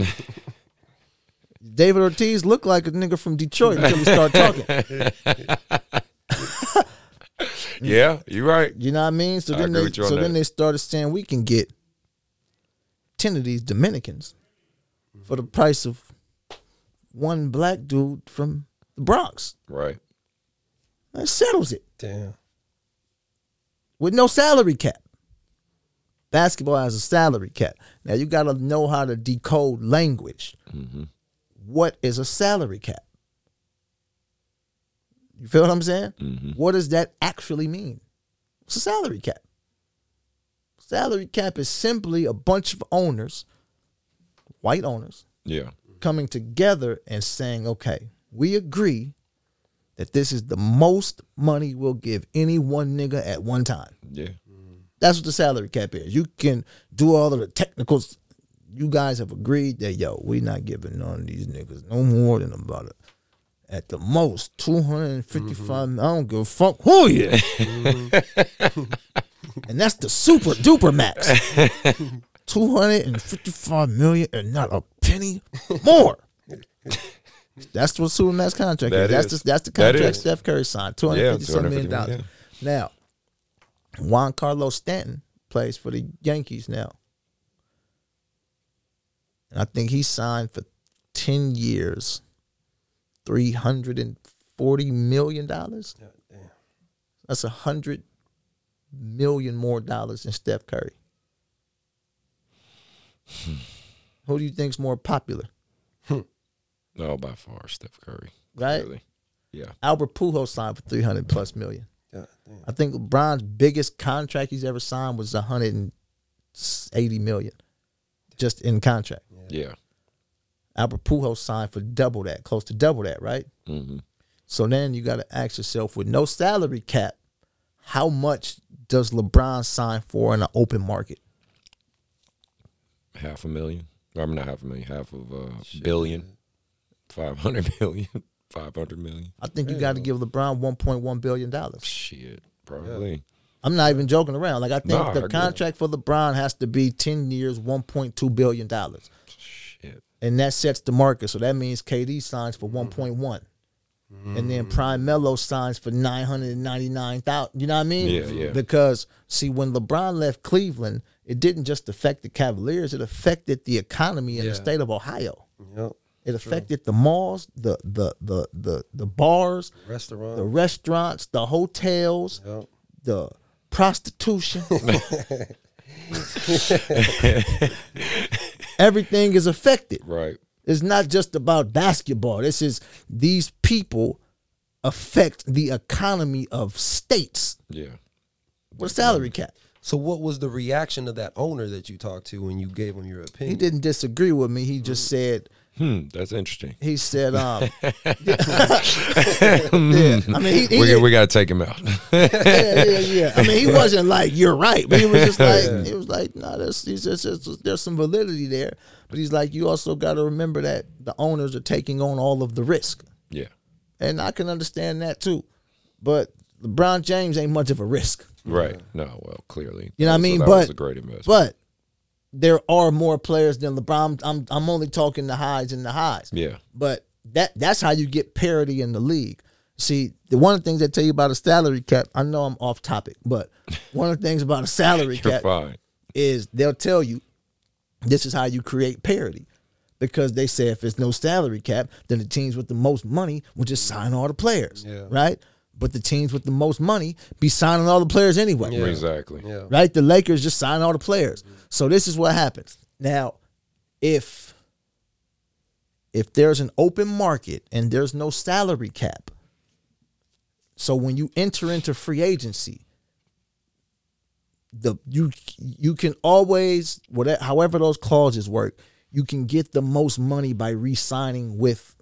David Ortiz looked like a nigga from Detroit until we start talking. Yeah, you're right. You know what I mean? So I then agree they with you on so then that. they started saying we can get ten of these Dominicans for the price of one black dude from the Bronx. Right. That settles it. Damn. with no salary cap. Basketball has a salary cap. Now you got to know how to decode language. What is a salary cap? You feel what I'm saying? What does that actually mean? It's a salary cap. Salary cap is simply a bunch of owners, white owners, Yeah. coming together and saying, okay, we agree that this is the most money we'll give any one nigga at one time. Yeah. That's what the salary cap is. You can do all of the technicals. You guys have agreed that yo, we not giving none of these niggas no more than about it. At the most, two Mm-hmm. I don't give a fuck who you. and that's the super duper max. [LAUGHS] Two hundred and fifty-five million, and not a penny more. that's what super max contract That is. That's is. the, that's the That contract is. Steph Curry signed. Two hundred fifty something million $250 dollars. million, Now, Juan Carlos Stanton plays for the Yankees now. And I think he signed for 10 years, $340 million. That's a hundred million more dollars than Steph Curry. Hmm. Who do you think's more popular? No, by far Steph Curry. Right? Really. Yeah. Albert Pujols signed for 300 plus million. God damn. I think LeBron's biggest contract he's ever signed was 180 million, just in contract. Yeah. Albert Pujols signed for double that, close to double that, right? Mm-hmm. So then you got to ask yourself, with no salary cap, how much does LeBron sign for in an open market? Half a million. I'm not half a million. Half of a billion. Five hundred [LAUGHS] million. Five hundred million. I think you got to give LeBron 1.1 billion dollars. Shit. Probably. I'm not even joking around. Like I think Nah, I the agree. contract for LeBron has to be 10 years, 1.2 billion dollars. Shit. and that sets the market. So that means KD signs Mm-hmm. for one point one, and Mm. then Prime Mello signs for nine hundred ninety nine thousand. You know what I mean? Yeah, yeah. Because see, when LeBron left Cleveland, it didn't just affect the Cavaliers; it affected the economy in Yeah. the state of Ohio. Yep. It affected the malls, the the the the the bars, Restaurant. the restaurants, the hotels, Yep. the [LAUGHS] prostitution. Everything is affected. Right. It's not just about basketball. This is these people affect the economy of states Yeah. with a salary cap. So what was the reaction of that owner that you talked to when you gave him your He opinion? didn't disagree with me. He just said Hmm. That's interesting. he said um [LAUGHS] yeah. I mean he, he we, didn't- we got to take him out. [LAUGHS] yeah, yeah, yeah. I mean he wasn't like you're right, but he was just like he was like no, there's he says there's- there's some validity there, but he's like you also got to remember that the owners are taking on all of the risk. yeah. and I can understand that too. But LeBron James ain't much of a risk. Right. No. Well, clearly. You know what I So mean? That but was a great investment. But there are more players than LeBron. I'm, I'm I'm only talking the highs and the highs. yeah. But that that's how you get parity in the league. See, the one of the things they tell you about a salary cap, I know I'm off topic, [LAUGHS] but one of the things about a salary You're cap fine. is they'll tell you this is how you create parity. Because they say if there's no salary cap, then the teams with the most money will just sign all the players. Yeah. Right? But the teams with the most money be signing all the players anyway. Yeah. Exactly. Yeah. Right? The Lakers just sign all the players. So this is what happens. Now, if if there's an open market and there's no salary cap, so when you enter into free agency, the you you can always whatever however those clauses work, you can get the most money by re-signing with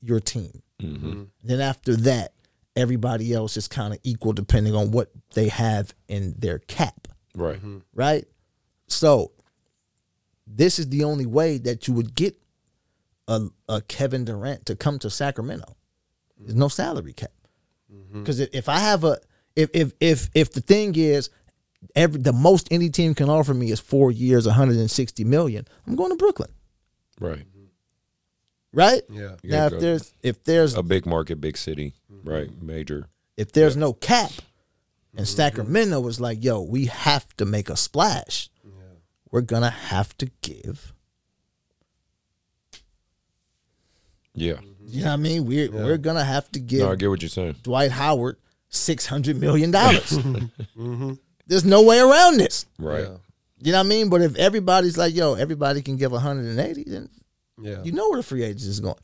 your team. Then after that, everybody else is kind of equal depending on what they have in their cap Right. right? So this is the only way that you would get a, a Kevin Durant to come to Sacramento. There's no salary cap. Mm-hmm. Because if I have a if if if if the thing is every the most any team can offer me is four years, 160 million, I'm going to Brooklyn. Right. Mm-hmm. Right? Yeah. gotta You Now go. if there's if there's A big market, big city. Mm-hmm. Right. Major. if there's no cap and Sacramento was like, yo, we have to make a splash. We're gonna have to give Yeah. You know what I mean? We're we're gonna have to give No, I get what you're saying. Dwight Howard six hundred million dollars. There's no way around this. Right. You know what I mean? But if everybody's like, yo, everybody can give 180, then Yeah. you know where the free agents is going.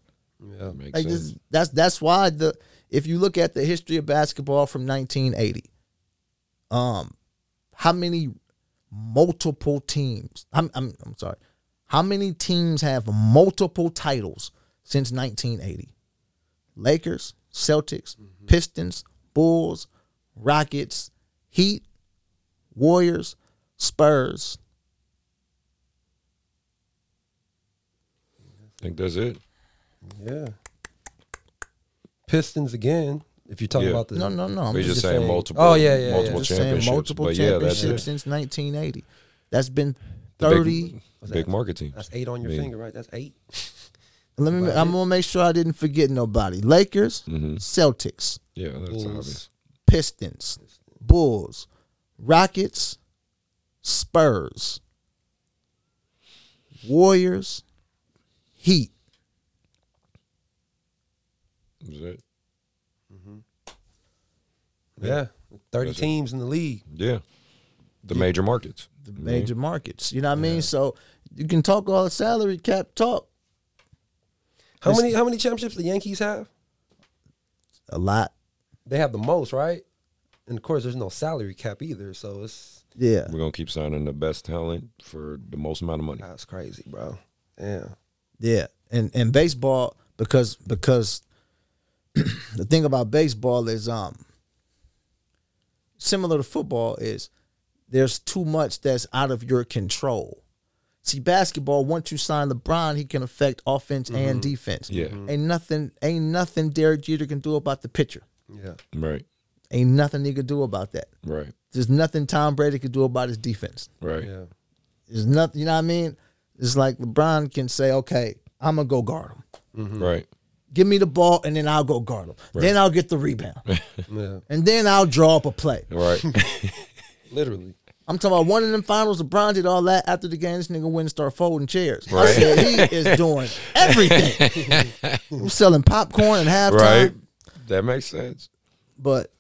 yeah. Makes Like sense. this, that's that's why the if you look at the history of basketball from 1980, um, how many multiple teams? I'm I'm, I'm sorry, how many teams have multiple titles since 1980? Lakers, Celtics, Mm-hmm. Pistons, Bulls, Rockets, Heat, Warriors, Spurs. I think that's it. Yeah. Pistons again. If you're talking Yeah. about the No, no, no. I'm We're just just saying, saying- multiple. Oh, yeah, yeah, yeah. multiple just saying championships. multiple but yeah, that's championships it. since 1980. That's been The big- 30. Big, market teams. that's eight on your Yeah. finger, right? That's eight. Let me. I'm gonna make sure I didn't forget nobody. Lakers, Celtics, Yeah, that's Bulls. obvious. Pistons, Bulls, Rockets, Spurs, Warriors, Heat. Is it? Yeah. Thirty teams in the league. Yeah. The major markets. The major markets. You know what I mean? So you can talk all the salary cap talk How many how many championships the Yankees have? a lot. They have the most, right? And of course, there's no salary cap either, so it's Yeah. We're gonna keep signing the best talent for the most amount of money. that's crazy, bro. Yeah. Yeah, and and baseball because because [CLEARS THROAT] the thing about baseball is um similar to football is there's too much that's out of your control. See, basketball once you sign LeBron, he can affect offense and defense. Yeah. Mhm. ain't nothing ain't nothing Derek Jeter can do about the pitcher. Yeah. Right. Ain't nothing he could do about that. Right. There's nothing Tom Brady could do about his defense. Right. Yeah. There's nothing. You know what I mean? It's like LeBron can say, "Okay, I'm gonna go guard him." [LAUGHS] Right. give me the ball and then I'll go guard him. Then I'll get the [LAUGHS] rebound. Yeah. and then I'll draw up a play. Right. Literally. I'm talking about one of them finals, LeBron did all that after the game. This nigga went and started folding chairs. I said, [LAUGHS] he is doing everything. I'm selling popcorn at halftime. right. That makes sense. But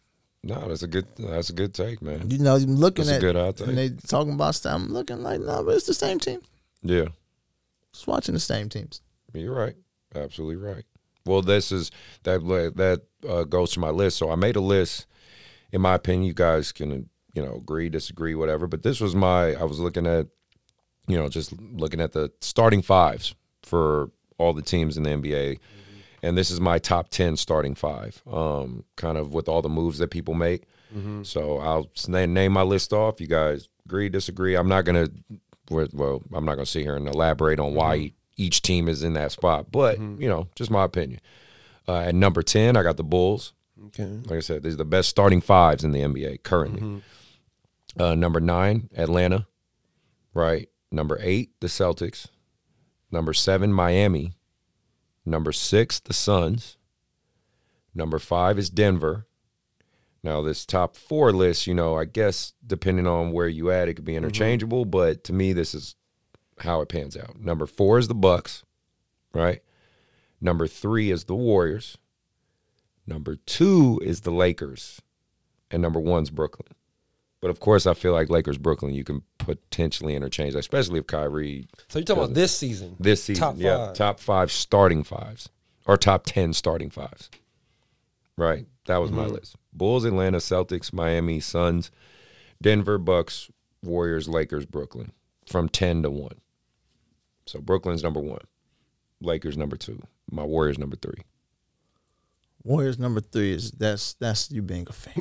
No, that's a good that's a good take, man. you know, I'm looking That's a at good outtake. and they talking about stuff. I'm looking like, no, but it's the same team. Yeah. Just watching the same teams. You're right. Absolutely right. Well, this is that li- that uh, goes to my list. So I made a list. In my opinion, you guys can you know agree, disagree, whatever. But this was my. I was looking at, you know, just looking at the starting fives for all the teams in the NBA, and this is my top ten starting five. Um, kind of with all the moves that people make. So I'll s- na- name my list off. You guys agree, disagree. I'm not gonna. Well, well, I'm not gonna sit here and elaborate on why each team is in that spot, but you know, just my opinion. Uh, at number ten, I got the Bulls. Okay. Like I said, these are the best starting fives in the NBA currently. Uh, number nine, Atlanta. Right. Number eight, the Celtics. Number seven, Miami. Number six, the Suns. Number five is Denver. Now, this top four list, you know, I guess depending on where you at, it could be interchangeable, but to me, this is how it pans out. Number four is the Bucks, right? Number three is the Warriors. Number two is the Lakers. And number one's Brooklyn. But of course, I feel like Lakers Brooklyn, you can potentially interchange, that, especially if Kyrie So you're talking about this season? this season, Top yeah, five. top five starting fives or top ten starting fives. Right, that was Mm-hmm. my list: Bulls, Atlanta, Celtics, Miami, Suns, Denver, Bucks, Warriors, Lakers, Brooklyn, from ten to one. So Brooklyn's number one, Lakers number two, my Warriors number [LAUGHS] three. Warriors number three is that's that's you being [LAUGHS] a fan.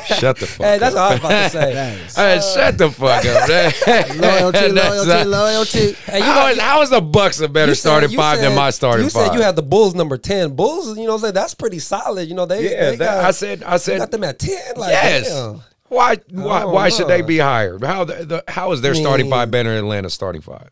Shut the fuck Hey, up. that's what I was about [LAUGHS] to say. Thanks. Hey, shut the fuck [LAUGHS] up. Loyalty, loyalty, [LAUGHS] loyalty, loyalty. Hey, you how, know, is, how is the Bucks a better you starting said- you five than said- my starting you five? said you had the Bulls number ten. Bulls, you know, what I'm saying that's pretty solid. You know, they yeah, they that, got, I said. I they said. got them at ten. Like, yes. damn. Why? Why? Oh, why should they Lord. be higher? How? The, the, how is their starting mean- five better than Atlanta's starting five?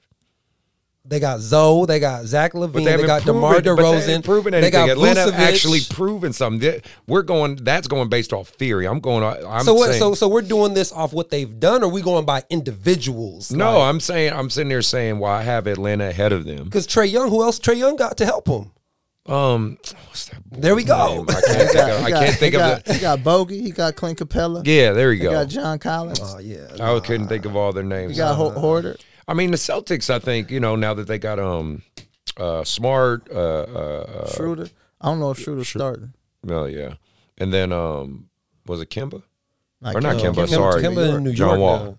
They got Zoe. They got Zach Levine. They, haven't got proven- DeMar but DeRozan. They, haven't proven they anything. got Atlanta Vucevic. actually proven something. They- We're going. That's going based off theory. I'm going. I'm So what? saying- So so we're doing this off what they've done, or we going by individuals? no, I'm saying. I'm sitting there saying, "Well, I have Atlanta ahead of them." because Trey Young. Who else? Trey Young got to help him. Um, what's that boy's There we go. name? I can't think of. I can't think of. he got, the- He got Bogey. He got Clint Capella. Yeah, there you He go. got John Collins. [LAUGHS] Oh yeah. I couldn't think of all their names. he got Ho- uh, Horder. I mean, the Celtics. I think you know now that they got um, uh, smart. Uh, uh, uh, Schroeder. I don't know if Schroeder's starting. oh yeah, and then um, was it Kimba Like, or not uh, Kimba? Kemba- sorry, Kemba in New John York Wall. now.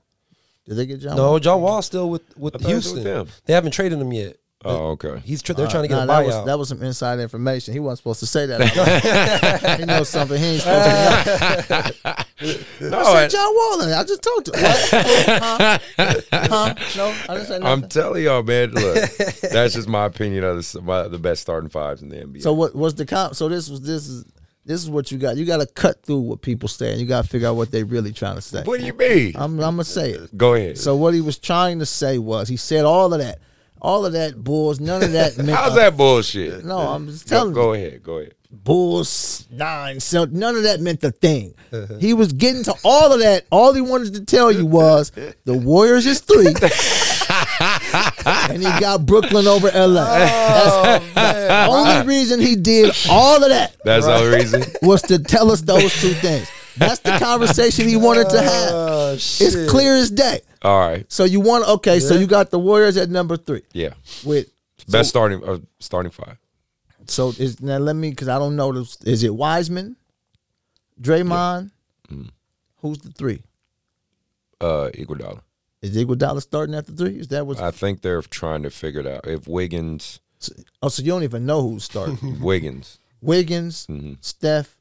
Did they get John? No, John Wall's still with with thought he was with Houston. them. They haven't traded him yet. Oh okay. He's tr- they're trying to get Nah, a that buyout. was that was some inside information. He wasn't supposed to say that. out [LAUGHS] loud. he knows something. He ain't supposed to know. No, I I, said John Wall. in it. I just talked to him. [LAUGHS] What? huh? huh? No, I didn't say am nothing. telling y'all, man. [LAUGHS] Look, that's just my opinion of the, s- my, the best starting fives in the NBA. so what was the comp? So this was this is this is what you got. You got to cut through what people saying. You got to figure out what they really trying to say. what do you mean? I'm, I'm gonna say it. go ahead. uh, So what he was trying to say was he said all of that, all of that bulls, none [LAUGHS] of that. meant How's a- that bullshit? uh, No, I'm just Go, telling you, go ahead. Go ahead. bulls nine. So none of that meant a thing. Uh-huh. He was getting to all of that. All he wanted to tell you was the Warriors is three. and he got Brooklyn over [LAUGHS] LA. Oh, That's the only reason he did all of that That's the only reason. was to tell us those two things. [LAUGHS] That's the conversation he wanted to have. Oh, shit. It's clear as day. All right. So you want okay? So you got the Warriors at number three Yeah. with Best starting uh, starting five. so is now let me because I don't know this, is it Wiseman, Draymond, Mm. who's the three? Uh, Iguodala. Is Iguodala starting at the three? Is that what? I think they're trying to figure it out. If Wiggins, oh, so you don't even know [LAUGHS] who's starting? Wiggins, Wiggins, Steph,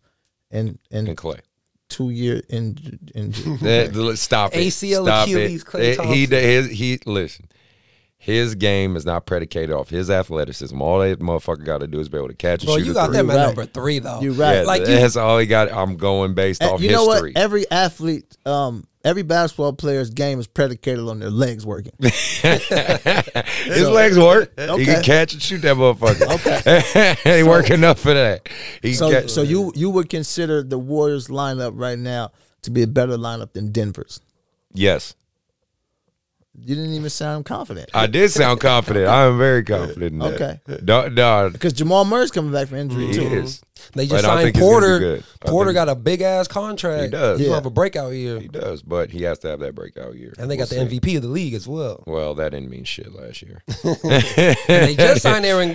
and and Mm-hmm. and Clay. two year in [LAUGHS] in. That- l- stop it. ACL Stop Achilles, it. Klay It- He, his, he listen. His game is not predicated off his athleticism. All that motherfucker got to do is be able to catch and Bro, shoot you a got three. them at You're right. number three though. You're right. Yeah, Like you, Eh, that's all he got. I'm going based Uh, off you know what? history. Every athlete, um, every basketball player's game is predicated on their legs working. His legs [LAUGHS] work. He Okay. can catch and shoot that motherfucker. okay, [LAUGHS] he work enough for that. He So, catch- so you you would consider the Warriors lineup right now to be a better lineup than Denver's. yes, You didn't even sound confident. I did sound confident. I am very confident. In that. Okay. no, no, Because Jamal Murray's coming back from injury he too. is. they But just I signed think he's gonna be Porter. good. I Porter think- got a big ass contract. He does. He's Yeah. gonna have a breakout year, He does, but he has to have that breakout year. and they got the We'll see. MVP of the league [LAUGHS] as well. Well, that didn't mean shit last year. And they just signed Aaron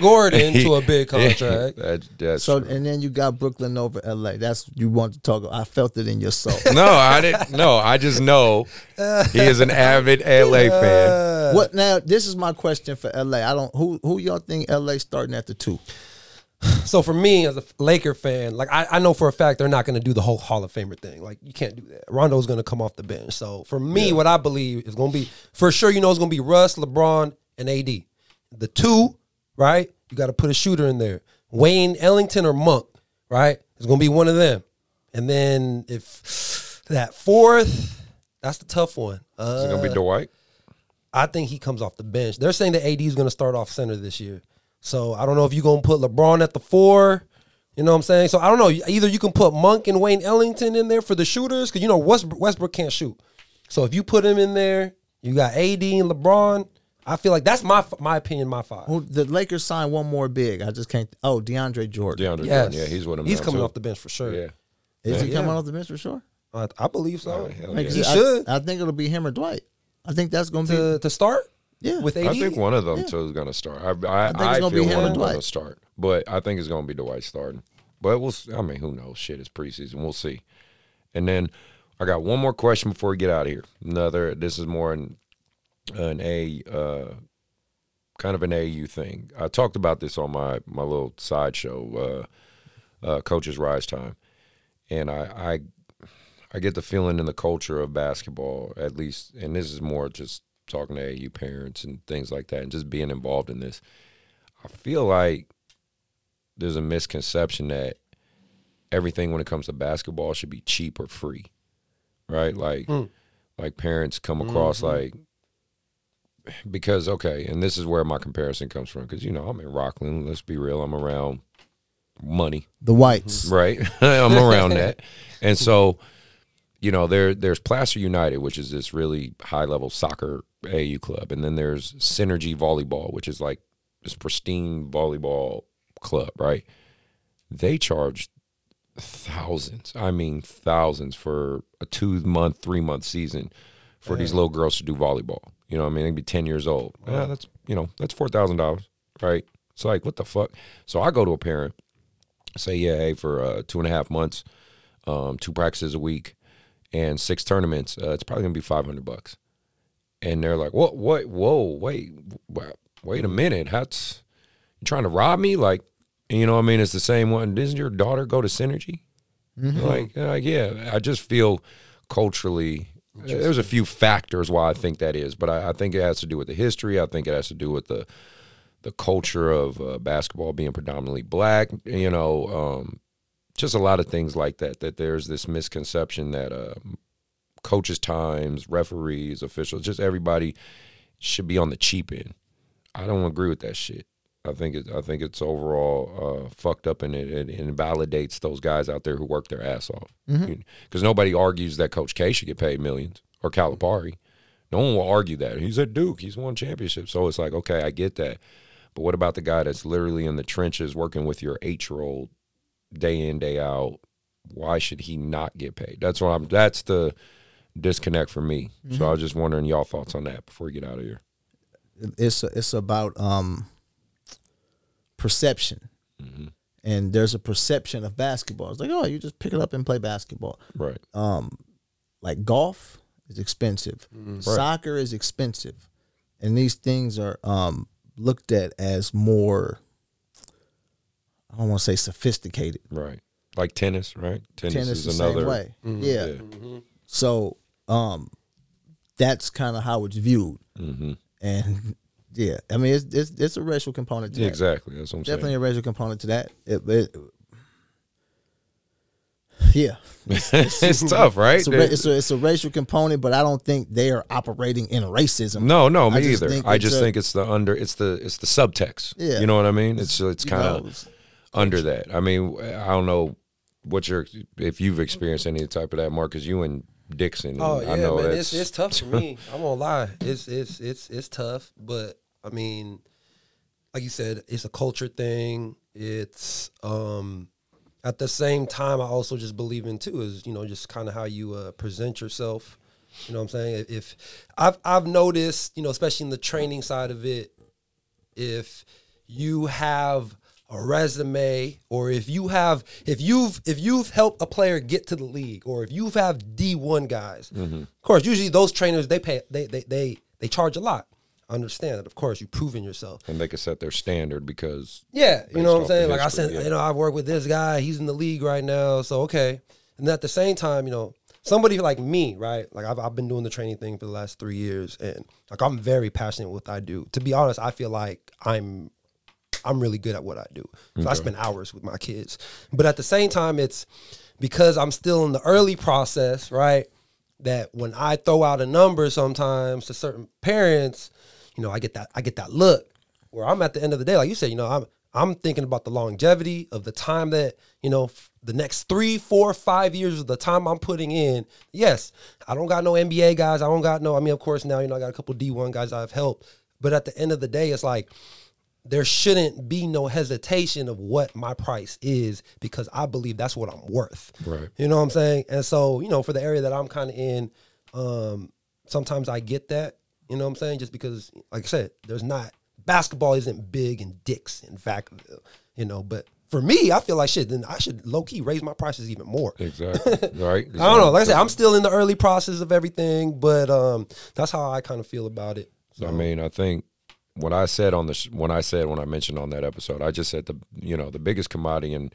[LAUGHS] Gordon to a big contract. that, that's So true. and then you got Brooklyn over LA. That's you want to talk. about. I felt it in [LAUGHS] your soul. [LAUGHS] no, I didn't. No, I just know he is an avid LA fan. what now? This is my question for LA. I don't who who y'all think LA starting at the two. So for me as a Laker fan, like I, I know for a fact they're not going to do the whole Hall of Famer thing. Like you can't do that. Rondo's going to come off the bench. So for me, what I believe is going to be for sure. You know, it's going to be Russ, LeBron, and AD. The two, right? You got to put a shooter in there. Wayne Ellington or Monk, right? It's going to be one of them. And then if that fourth, that's the tough one. Is it Uh, gonna be Dwight? I think he comes off the bench. They're saying that AD is going to start off center this year. So I don't know if you're going to put LeBron at the four. You know what I'm saying? So I don't know. Either you can put Monk and Wayne Ellington in there for the shooters because you know Westbrook, Westbrook can't shoot. So if you put him in there, you got AD and LeBron. I feel like that's my my opinion, my five. Who the Lakers signed one more big. I just can't. Oh, DeAndre Jordan. DeAndre Yes. Jordan. Yeah, he's with him. He's now, coming too. off the bench for sure. Yeah. Is he Yeah. coming off the bench for sure? I, I believe Oh, so. hell He yeah. I- should I, think it'll be him or Dwight. I think that's going to to, to start be yeah. with AD. I think one of them two is going to start. I, I, I, think it's gonna be feel one of him and them going to Dwight. start, but I think it's going to be Dwight starting. But we'll. s- I mean, who knows? Shit, it's preseason. We'll see. And then I got one more question before we get out of here. Another. This is more an an a uh, kind of an AU thing. I talked about this on my my little sideshow, uh, uh, Coaches Rise Time, and I, I I get the feeling in the culture of basketball, at least, and this is more just talking to AU parents and things like that, and just being involved in this. I feel like there's a misconception that everything when it comes to basketball should be cheap or free, right? Like, like parents come across like because okay, and this is where my comparison comes from because you know I'm in Rockland. Let's be real, I'm around money, the Whites. right? [LAUGHS] I'm around that, and so you know there there's Placer United, which is this really high level soccer AU club, and then there's Synergy Volleyball, which is like this pristine volleyball club, right? They charge thousands. I mean thousands for a two month, three month season for these little girls to do volleyball. You know, what I mean, they'd be ten years old. Yeah, that's you know, that's four thousand dollars, right? It's like what the fuck. So I go to a parent, say, yeah, hey, for uh, two and a half months, um, two practices a week, and six tournaments. Uh, it's probably gonna be five hundred bucks. And they're like, what? What? Whoa! Wait! wa- Wait a minute! That's you trying to rob me? Like, and you know what I mean? It's the same one. Doesn't your daughter go to Synergy? Like, uh, yeah, I just feel culturally. There's a few factors why I think that is, but I, I think it has to do with the history. I think it has to do with the the culture of uh, basketball being predominantly black. You know, um, just a lot of things like that. That there's this misconception that uh, coaches, times, referees, officials, just everybody should be on the cheap end. I don't agree with that shit. I think it, I think it's overall uh, fucked up, and it, it invalidates those guys out there who work their ass off. Because nobody argues that Coach K should get paid millions or Calipari. No one will argue that. He's at Duke. He's won championships. So it's like, okay, I get that. But what about the guy that's literally in the trenches working with your eight year old day in day out? Why should he not get paid? That's what I'm. That's the disconnect for me. So I was just wondering y'all thoughts on that before we get out of here. It's it's about um perception. Mm-hmm. And there's a perception of basketball. It's like, oh, you just pick it up and play basketball. Right. Like golf is expensive, soccer is expensive, and these things are um, looked at as more. I don't want to say sophisticated. Right. Like tennis, right? Tennis, tennis is the another same way. Yeah. So um, that's kind of how it's viewed, Mm-hmm. and yeah, I mean it's, it's it's a racial component to Yeah, that. Exactly. That's what I'm Definitely saying. a racial component to that. It, it, yeah, [LAUGHS] it's tough, right? it's a, ra- it's, a, it's a racial component, but I don't think they are operating in racism. no, no, me I just either. think I it's just a- think it's the under, it's the it's the subtext. Yeah. you know what I mean. It's it's You kind know, it's- of under that. I mean, I don't know what your if you've experienced any type of that, Marcus. You and Dixon. Oh I yeah, know man, that's it's it's tough [LAUGHS] for me. I won't lie, it's it's it's it's tough. But I mean, like you said, it's a culture thing. It's um, at the same time, I also just believe in too is you know just kind of how you uh, present yourself. You know what I'm saying? If I've I've noticed, you know, especially in the training side of it, if you have a resume or if you have if you've if you've helped a player get to the league or if you've have D1 guys. Mm-hmm. Of course, usually those trainers they pay they they they they charge a lot. I understand that. Of course, you've proven yourself. and they can set their standard because Yeah, you Based know what I'm off saying. the Like I history, said, yeah. you know, I work with this guy. He's in the league right now, so okay. And at the same time, you know, somebody like me, right? Like I've, I've been doing the training thing for the last three years, and like I'm very passionate with what I do. To be honest, I feel like I'm I'm really good at what I do. So I spend hours with my kids. But at the same time, it's because I'm still in the early process, right? That when I throw out a number sometimes to certain parents, you know, I get that I get that look where I'm at the end of the day, like you said, you know, I'm I'm thinking about the longevity of the time that, you know, f- the next three, four, five years of the time I'm putting in. Yes, I don't got no NBA guys. I don't got no, I mean, of course, now, you know, I got a couple D1 guys I've helped. But at the end of the day, it's like, there shouldn't be no hesitation of what my price is because I believe that's what I'm worth. Right. You know what I'm saying? And so, you know, for the area that I'm kind of in, um, sometimes I get that. You know what I'm saying? Just because, like I said, there's not basketball isn't big and dicks in fact, you know. But for me, I feel like shit. Then I should low key raise my prices even more. [LAUGHS] Exactly. right. I don't know. Like I said, I'm still in the early process of everything, but um, that's how I kind of feel about it. I mean, I think what I said on the sh- when I said when I mentioned on that episode, I just said the you know the biggest commodity and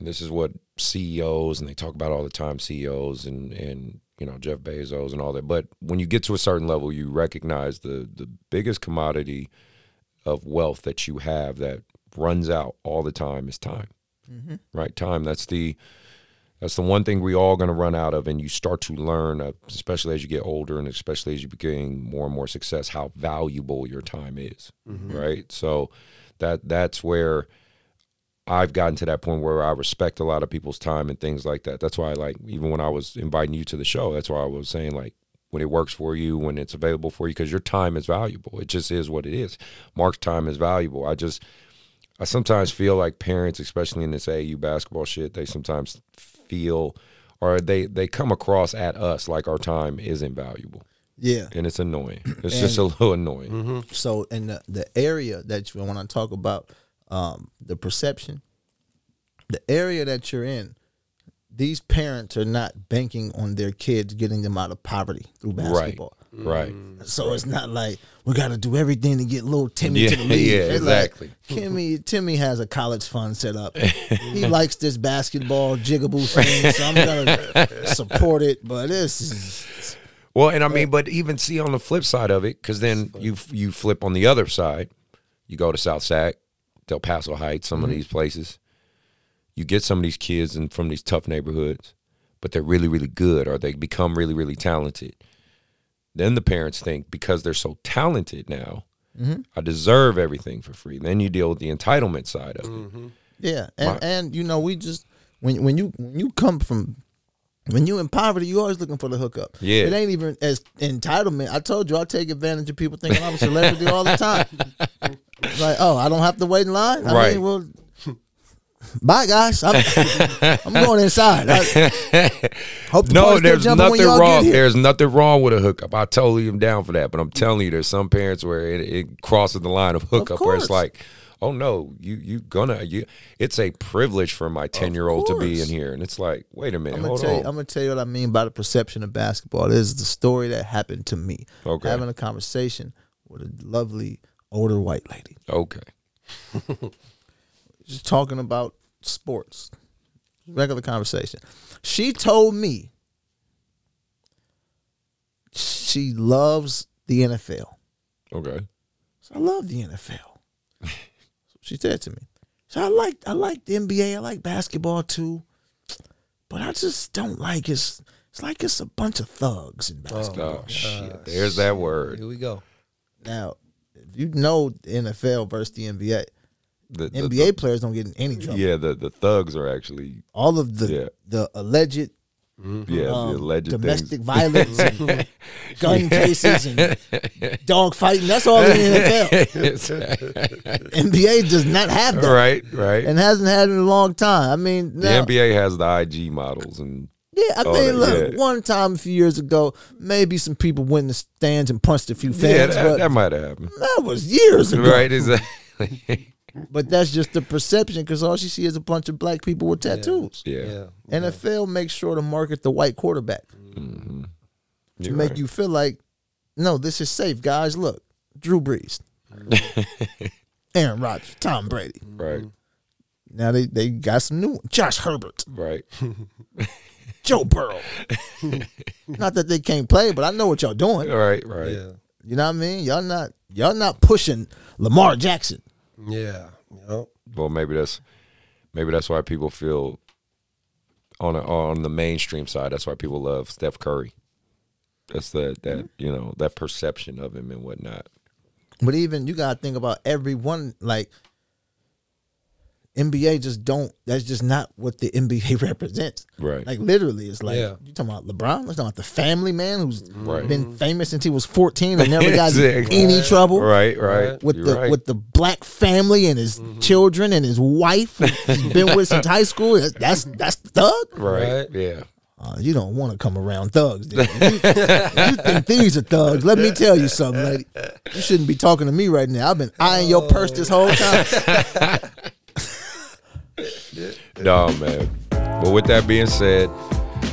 this is what CEOs and they talk about all the time CEOs and and you know Jeff Bezos and all that. But when you get to a certain level, you recognize the the biggest commodity of wealth that you have that runs out all the time is time. Right, time. That's the that's the one thing we all going to run out of, and you start to learn, uh, especially as you get older, and especially as you become more and more success, how valuable your time is, right? So that that's where I've gotten to that point where I respect a lot of people's time and things like that. That's why, like, even when I was inviting you to the show, that's why I was saying, like, when it works for you, when it's available for you, because your time is valuable. It just is what it is. Mark's time is valuable. I just I sometimes feel like parents, especially in this AU basketball shit, they sometimes feel or they they come across at us like our time isn't valuable, Yeah. and it's annoying. It's just a little annoying. So in the, the area that you want to talk about, um, the perception, the area that you're in, these parents are not banking on their kids getting them out of poverty through Right, basketball. Mm, right. So it's not like we got to do everything to get little Timmy Yeah, to the league. [LAUGHS] yeah, It's exactly. Like, Timmy, Timmy has a college fund set [LAUGHS] up. he likes this basketball jigaboo thing, so I'm [LAUGHS] gonna support it. But it's Well, and I mean, but even see on the flip side of it, because then you you flip on the other side, you go to South Sac, Del Paso Heights, some of these places. You get some of these kids and from these tough neighborhoods, but they're really really good, or they become really really talented. Then the parents think because they're so talented now, I deserve everything for free. Then you deal with the entitlement side of it. Yeah, and Right. and you know we just when when you when you come from when you in poverty, you always looking for the hookup. Yeah. it ain't even as entitlement. I told you, I take advantage of people thinking I'm a celebrity all [LAUGHS] the time. It's like, oh, I don't have to wait in line. I Right. Mean, well, bye guys. I'm, [LAUGHS] I'm going inside. I, [LAUGHS] hope the No, party's still there's jumping when nothing y'all get wrong. here. There's nothing wrong with a hookup. I totally am down for that. But I'm telling you, there's some parents where it, it crosses the line of hookup, where it's course. like, oh no, you you gonna you. It's a privilege for my ten year old to be in course. here, and it's like, wait a minute, I'm gonna, hold tell you, on. I'm gonna tell you what I mean by the perception of basketball. This is the story that happened to me. Okay. Having a conversation with a lovely older white lady. okay, just talking about sports, regular conversation. She told me she loves the NFL. okay, So I love the NFL. That's [LAUGHS] what she said to me. So I like I like the NBA. I like basketball too, but I just don't like it's. It's like it's a bunch of thugs in basketball. oh shit, there's that Here word. we go. Now, if you know the NFL versus the NBA, The, the- NBA players don't get in any the- trouble. yeah, the the thugs are actually All of the Yeah. the alleged yeah um, the alleged [LAUGHS] domestic [LAUGHS] things. [LAUGHS] violence and gun cases and dog fighting. That's all [LAUGHS] in the NFL. NBA does not have that Right, right. and hasn't had it in a long time. I mean, the now, NBA has the IG models and yeah, I Oh, mean, that- look, yeah. one time a few years ago, maybe some people went in the stands and punched a few yeah, fans, that, but that might have [LAUGHS] happened. that was years ago. Right, exactly. But that's just the perception because all she see is a bunch of black people with tattoos. [LAUGHS] yeah. Yeah. NFL makes sure to market the white quarterback to You're make right. you feel like, no, this is safe, guys. Look, Drew Brees, Aaron Rodgers, Tom Brady. Right, Now they, they got some new ones. Josh Herbert, right. Joe Burrow. not that they can't play, but I know what y'all doing. Right, right. Yeah. You know what I mean? Y'all not y'all not pushing Lamar Jackson. Yeah. Yep. Well, maybe that's maybe that's why people feel on a, on the mainstream side. That's why people love Steph Curry. That's the that you know that perception of him and whatnot. But even you gotta think about everyone like NBA just don't. That's just not what the [LAUGHS] NBA represents. Right. Like literally, it's like Yeah. you talking about LeBron. Let's talk about the family man who's Right. been famous since he was fourteen and never got [LAUGHS] in Exactly. any trouble. Right, right. Mm-hmm. With You're the right. with the black family and his children and his wife, who he's been with since high school. That's that's, that's the thug. right. Right. Yeah. Uh, you don't want to come around thugs. do you? You, you think these are thugs? Let me tell you something, lady. You shouldn't be talking to me right now. I've been eyeing your purse this whole time. No, man. But with that being said,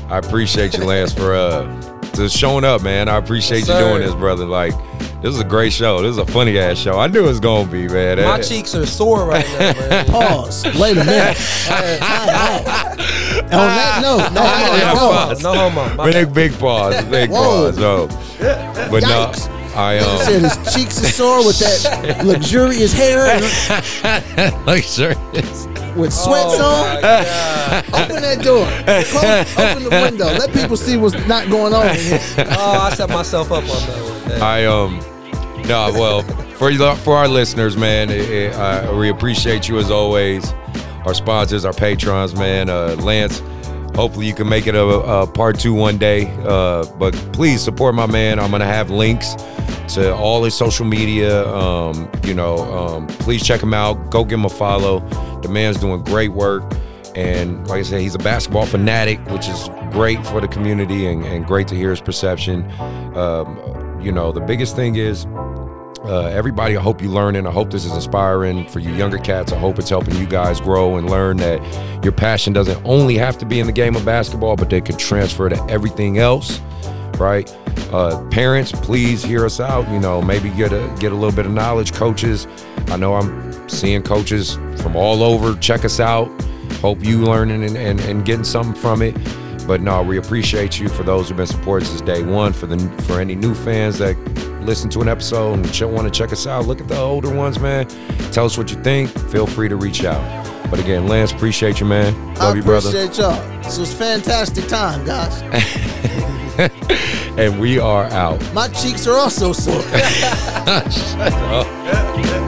I appreciate you, Lance, for uh just showing up, man. I appreciate Yes, you doing sir. this, brother. Like, this is a great show. This is a funny ass show. I knew it was gonna be, man. My Eh, cheeks are sore right now, man. Pause. Wait a [LAUGHS] minute. Time out. On that note, no, Yeah, no, no. pause. No homo. My Big, big pause. Big Whoa. pause. Oh. But no, Yikes. I He said um his cheeks are sore with that luxurious [LAUGHS] hair and like serious. with sweats Oh, my on. God. Open that door. Close, open the window. Let people see what's not going on in here. Oh, I set myself up on that one. man. I um, no, well, for you- for our listeners, man, it, it, I, we appreciate you as always. Our sponsors, our patrons, man, uh, Lance. Hopefully, you can make it a, a part two one day. Uh, but please support my man. I'm gonna have links to all his social media. Um, you know, um, please check him out. Go give him a follow. The man's doing great work. And like I said, he's a basketball fanatic, which is great for the community and, and great to hear his perception. Um, you know, the biggest thing is uh, everybody, I hope you learning. I hope this is inspiring for you younger cats. I hope it's helping you guys grow and learn that your passion doesn't only have to be in the game of basketball, but they can transfer to everything else, right? Uh, parents, please hear us out. You know, maybe get a get a little bit of knowledge. Coaches, I know I'm seeing coaches from all over. Check us out. Hope you learning and, and, and getting something from it. But no, we appreciate you for those who've been supporting since day one. For the for any new fans that listen to an episode and ch- want to check us out, look at the older ones, man. Tell us what you think. Feel free to reach out. But again, Lance, appreciate you, man. Love I you, brother. appreciate y'all. This was fantastic time, guys. And we are out. [LAUGHS] My cheeks are also sore. Shut up. Oh,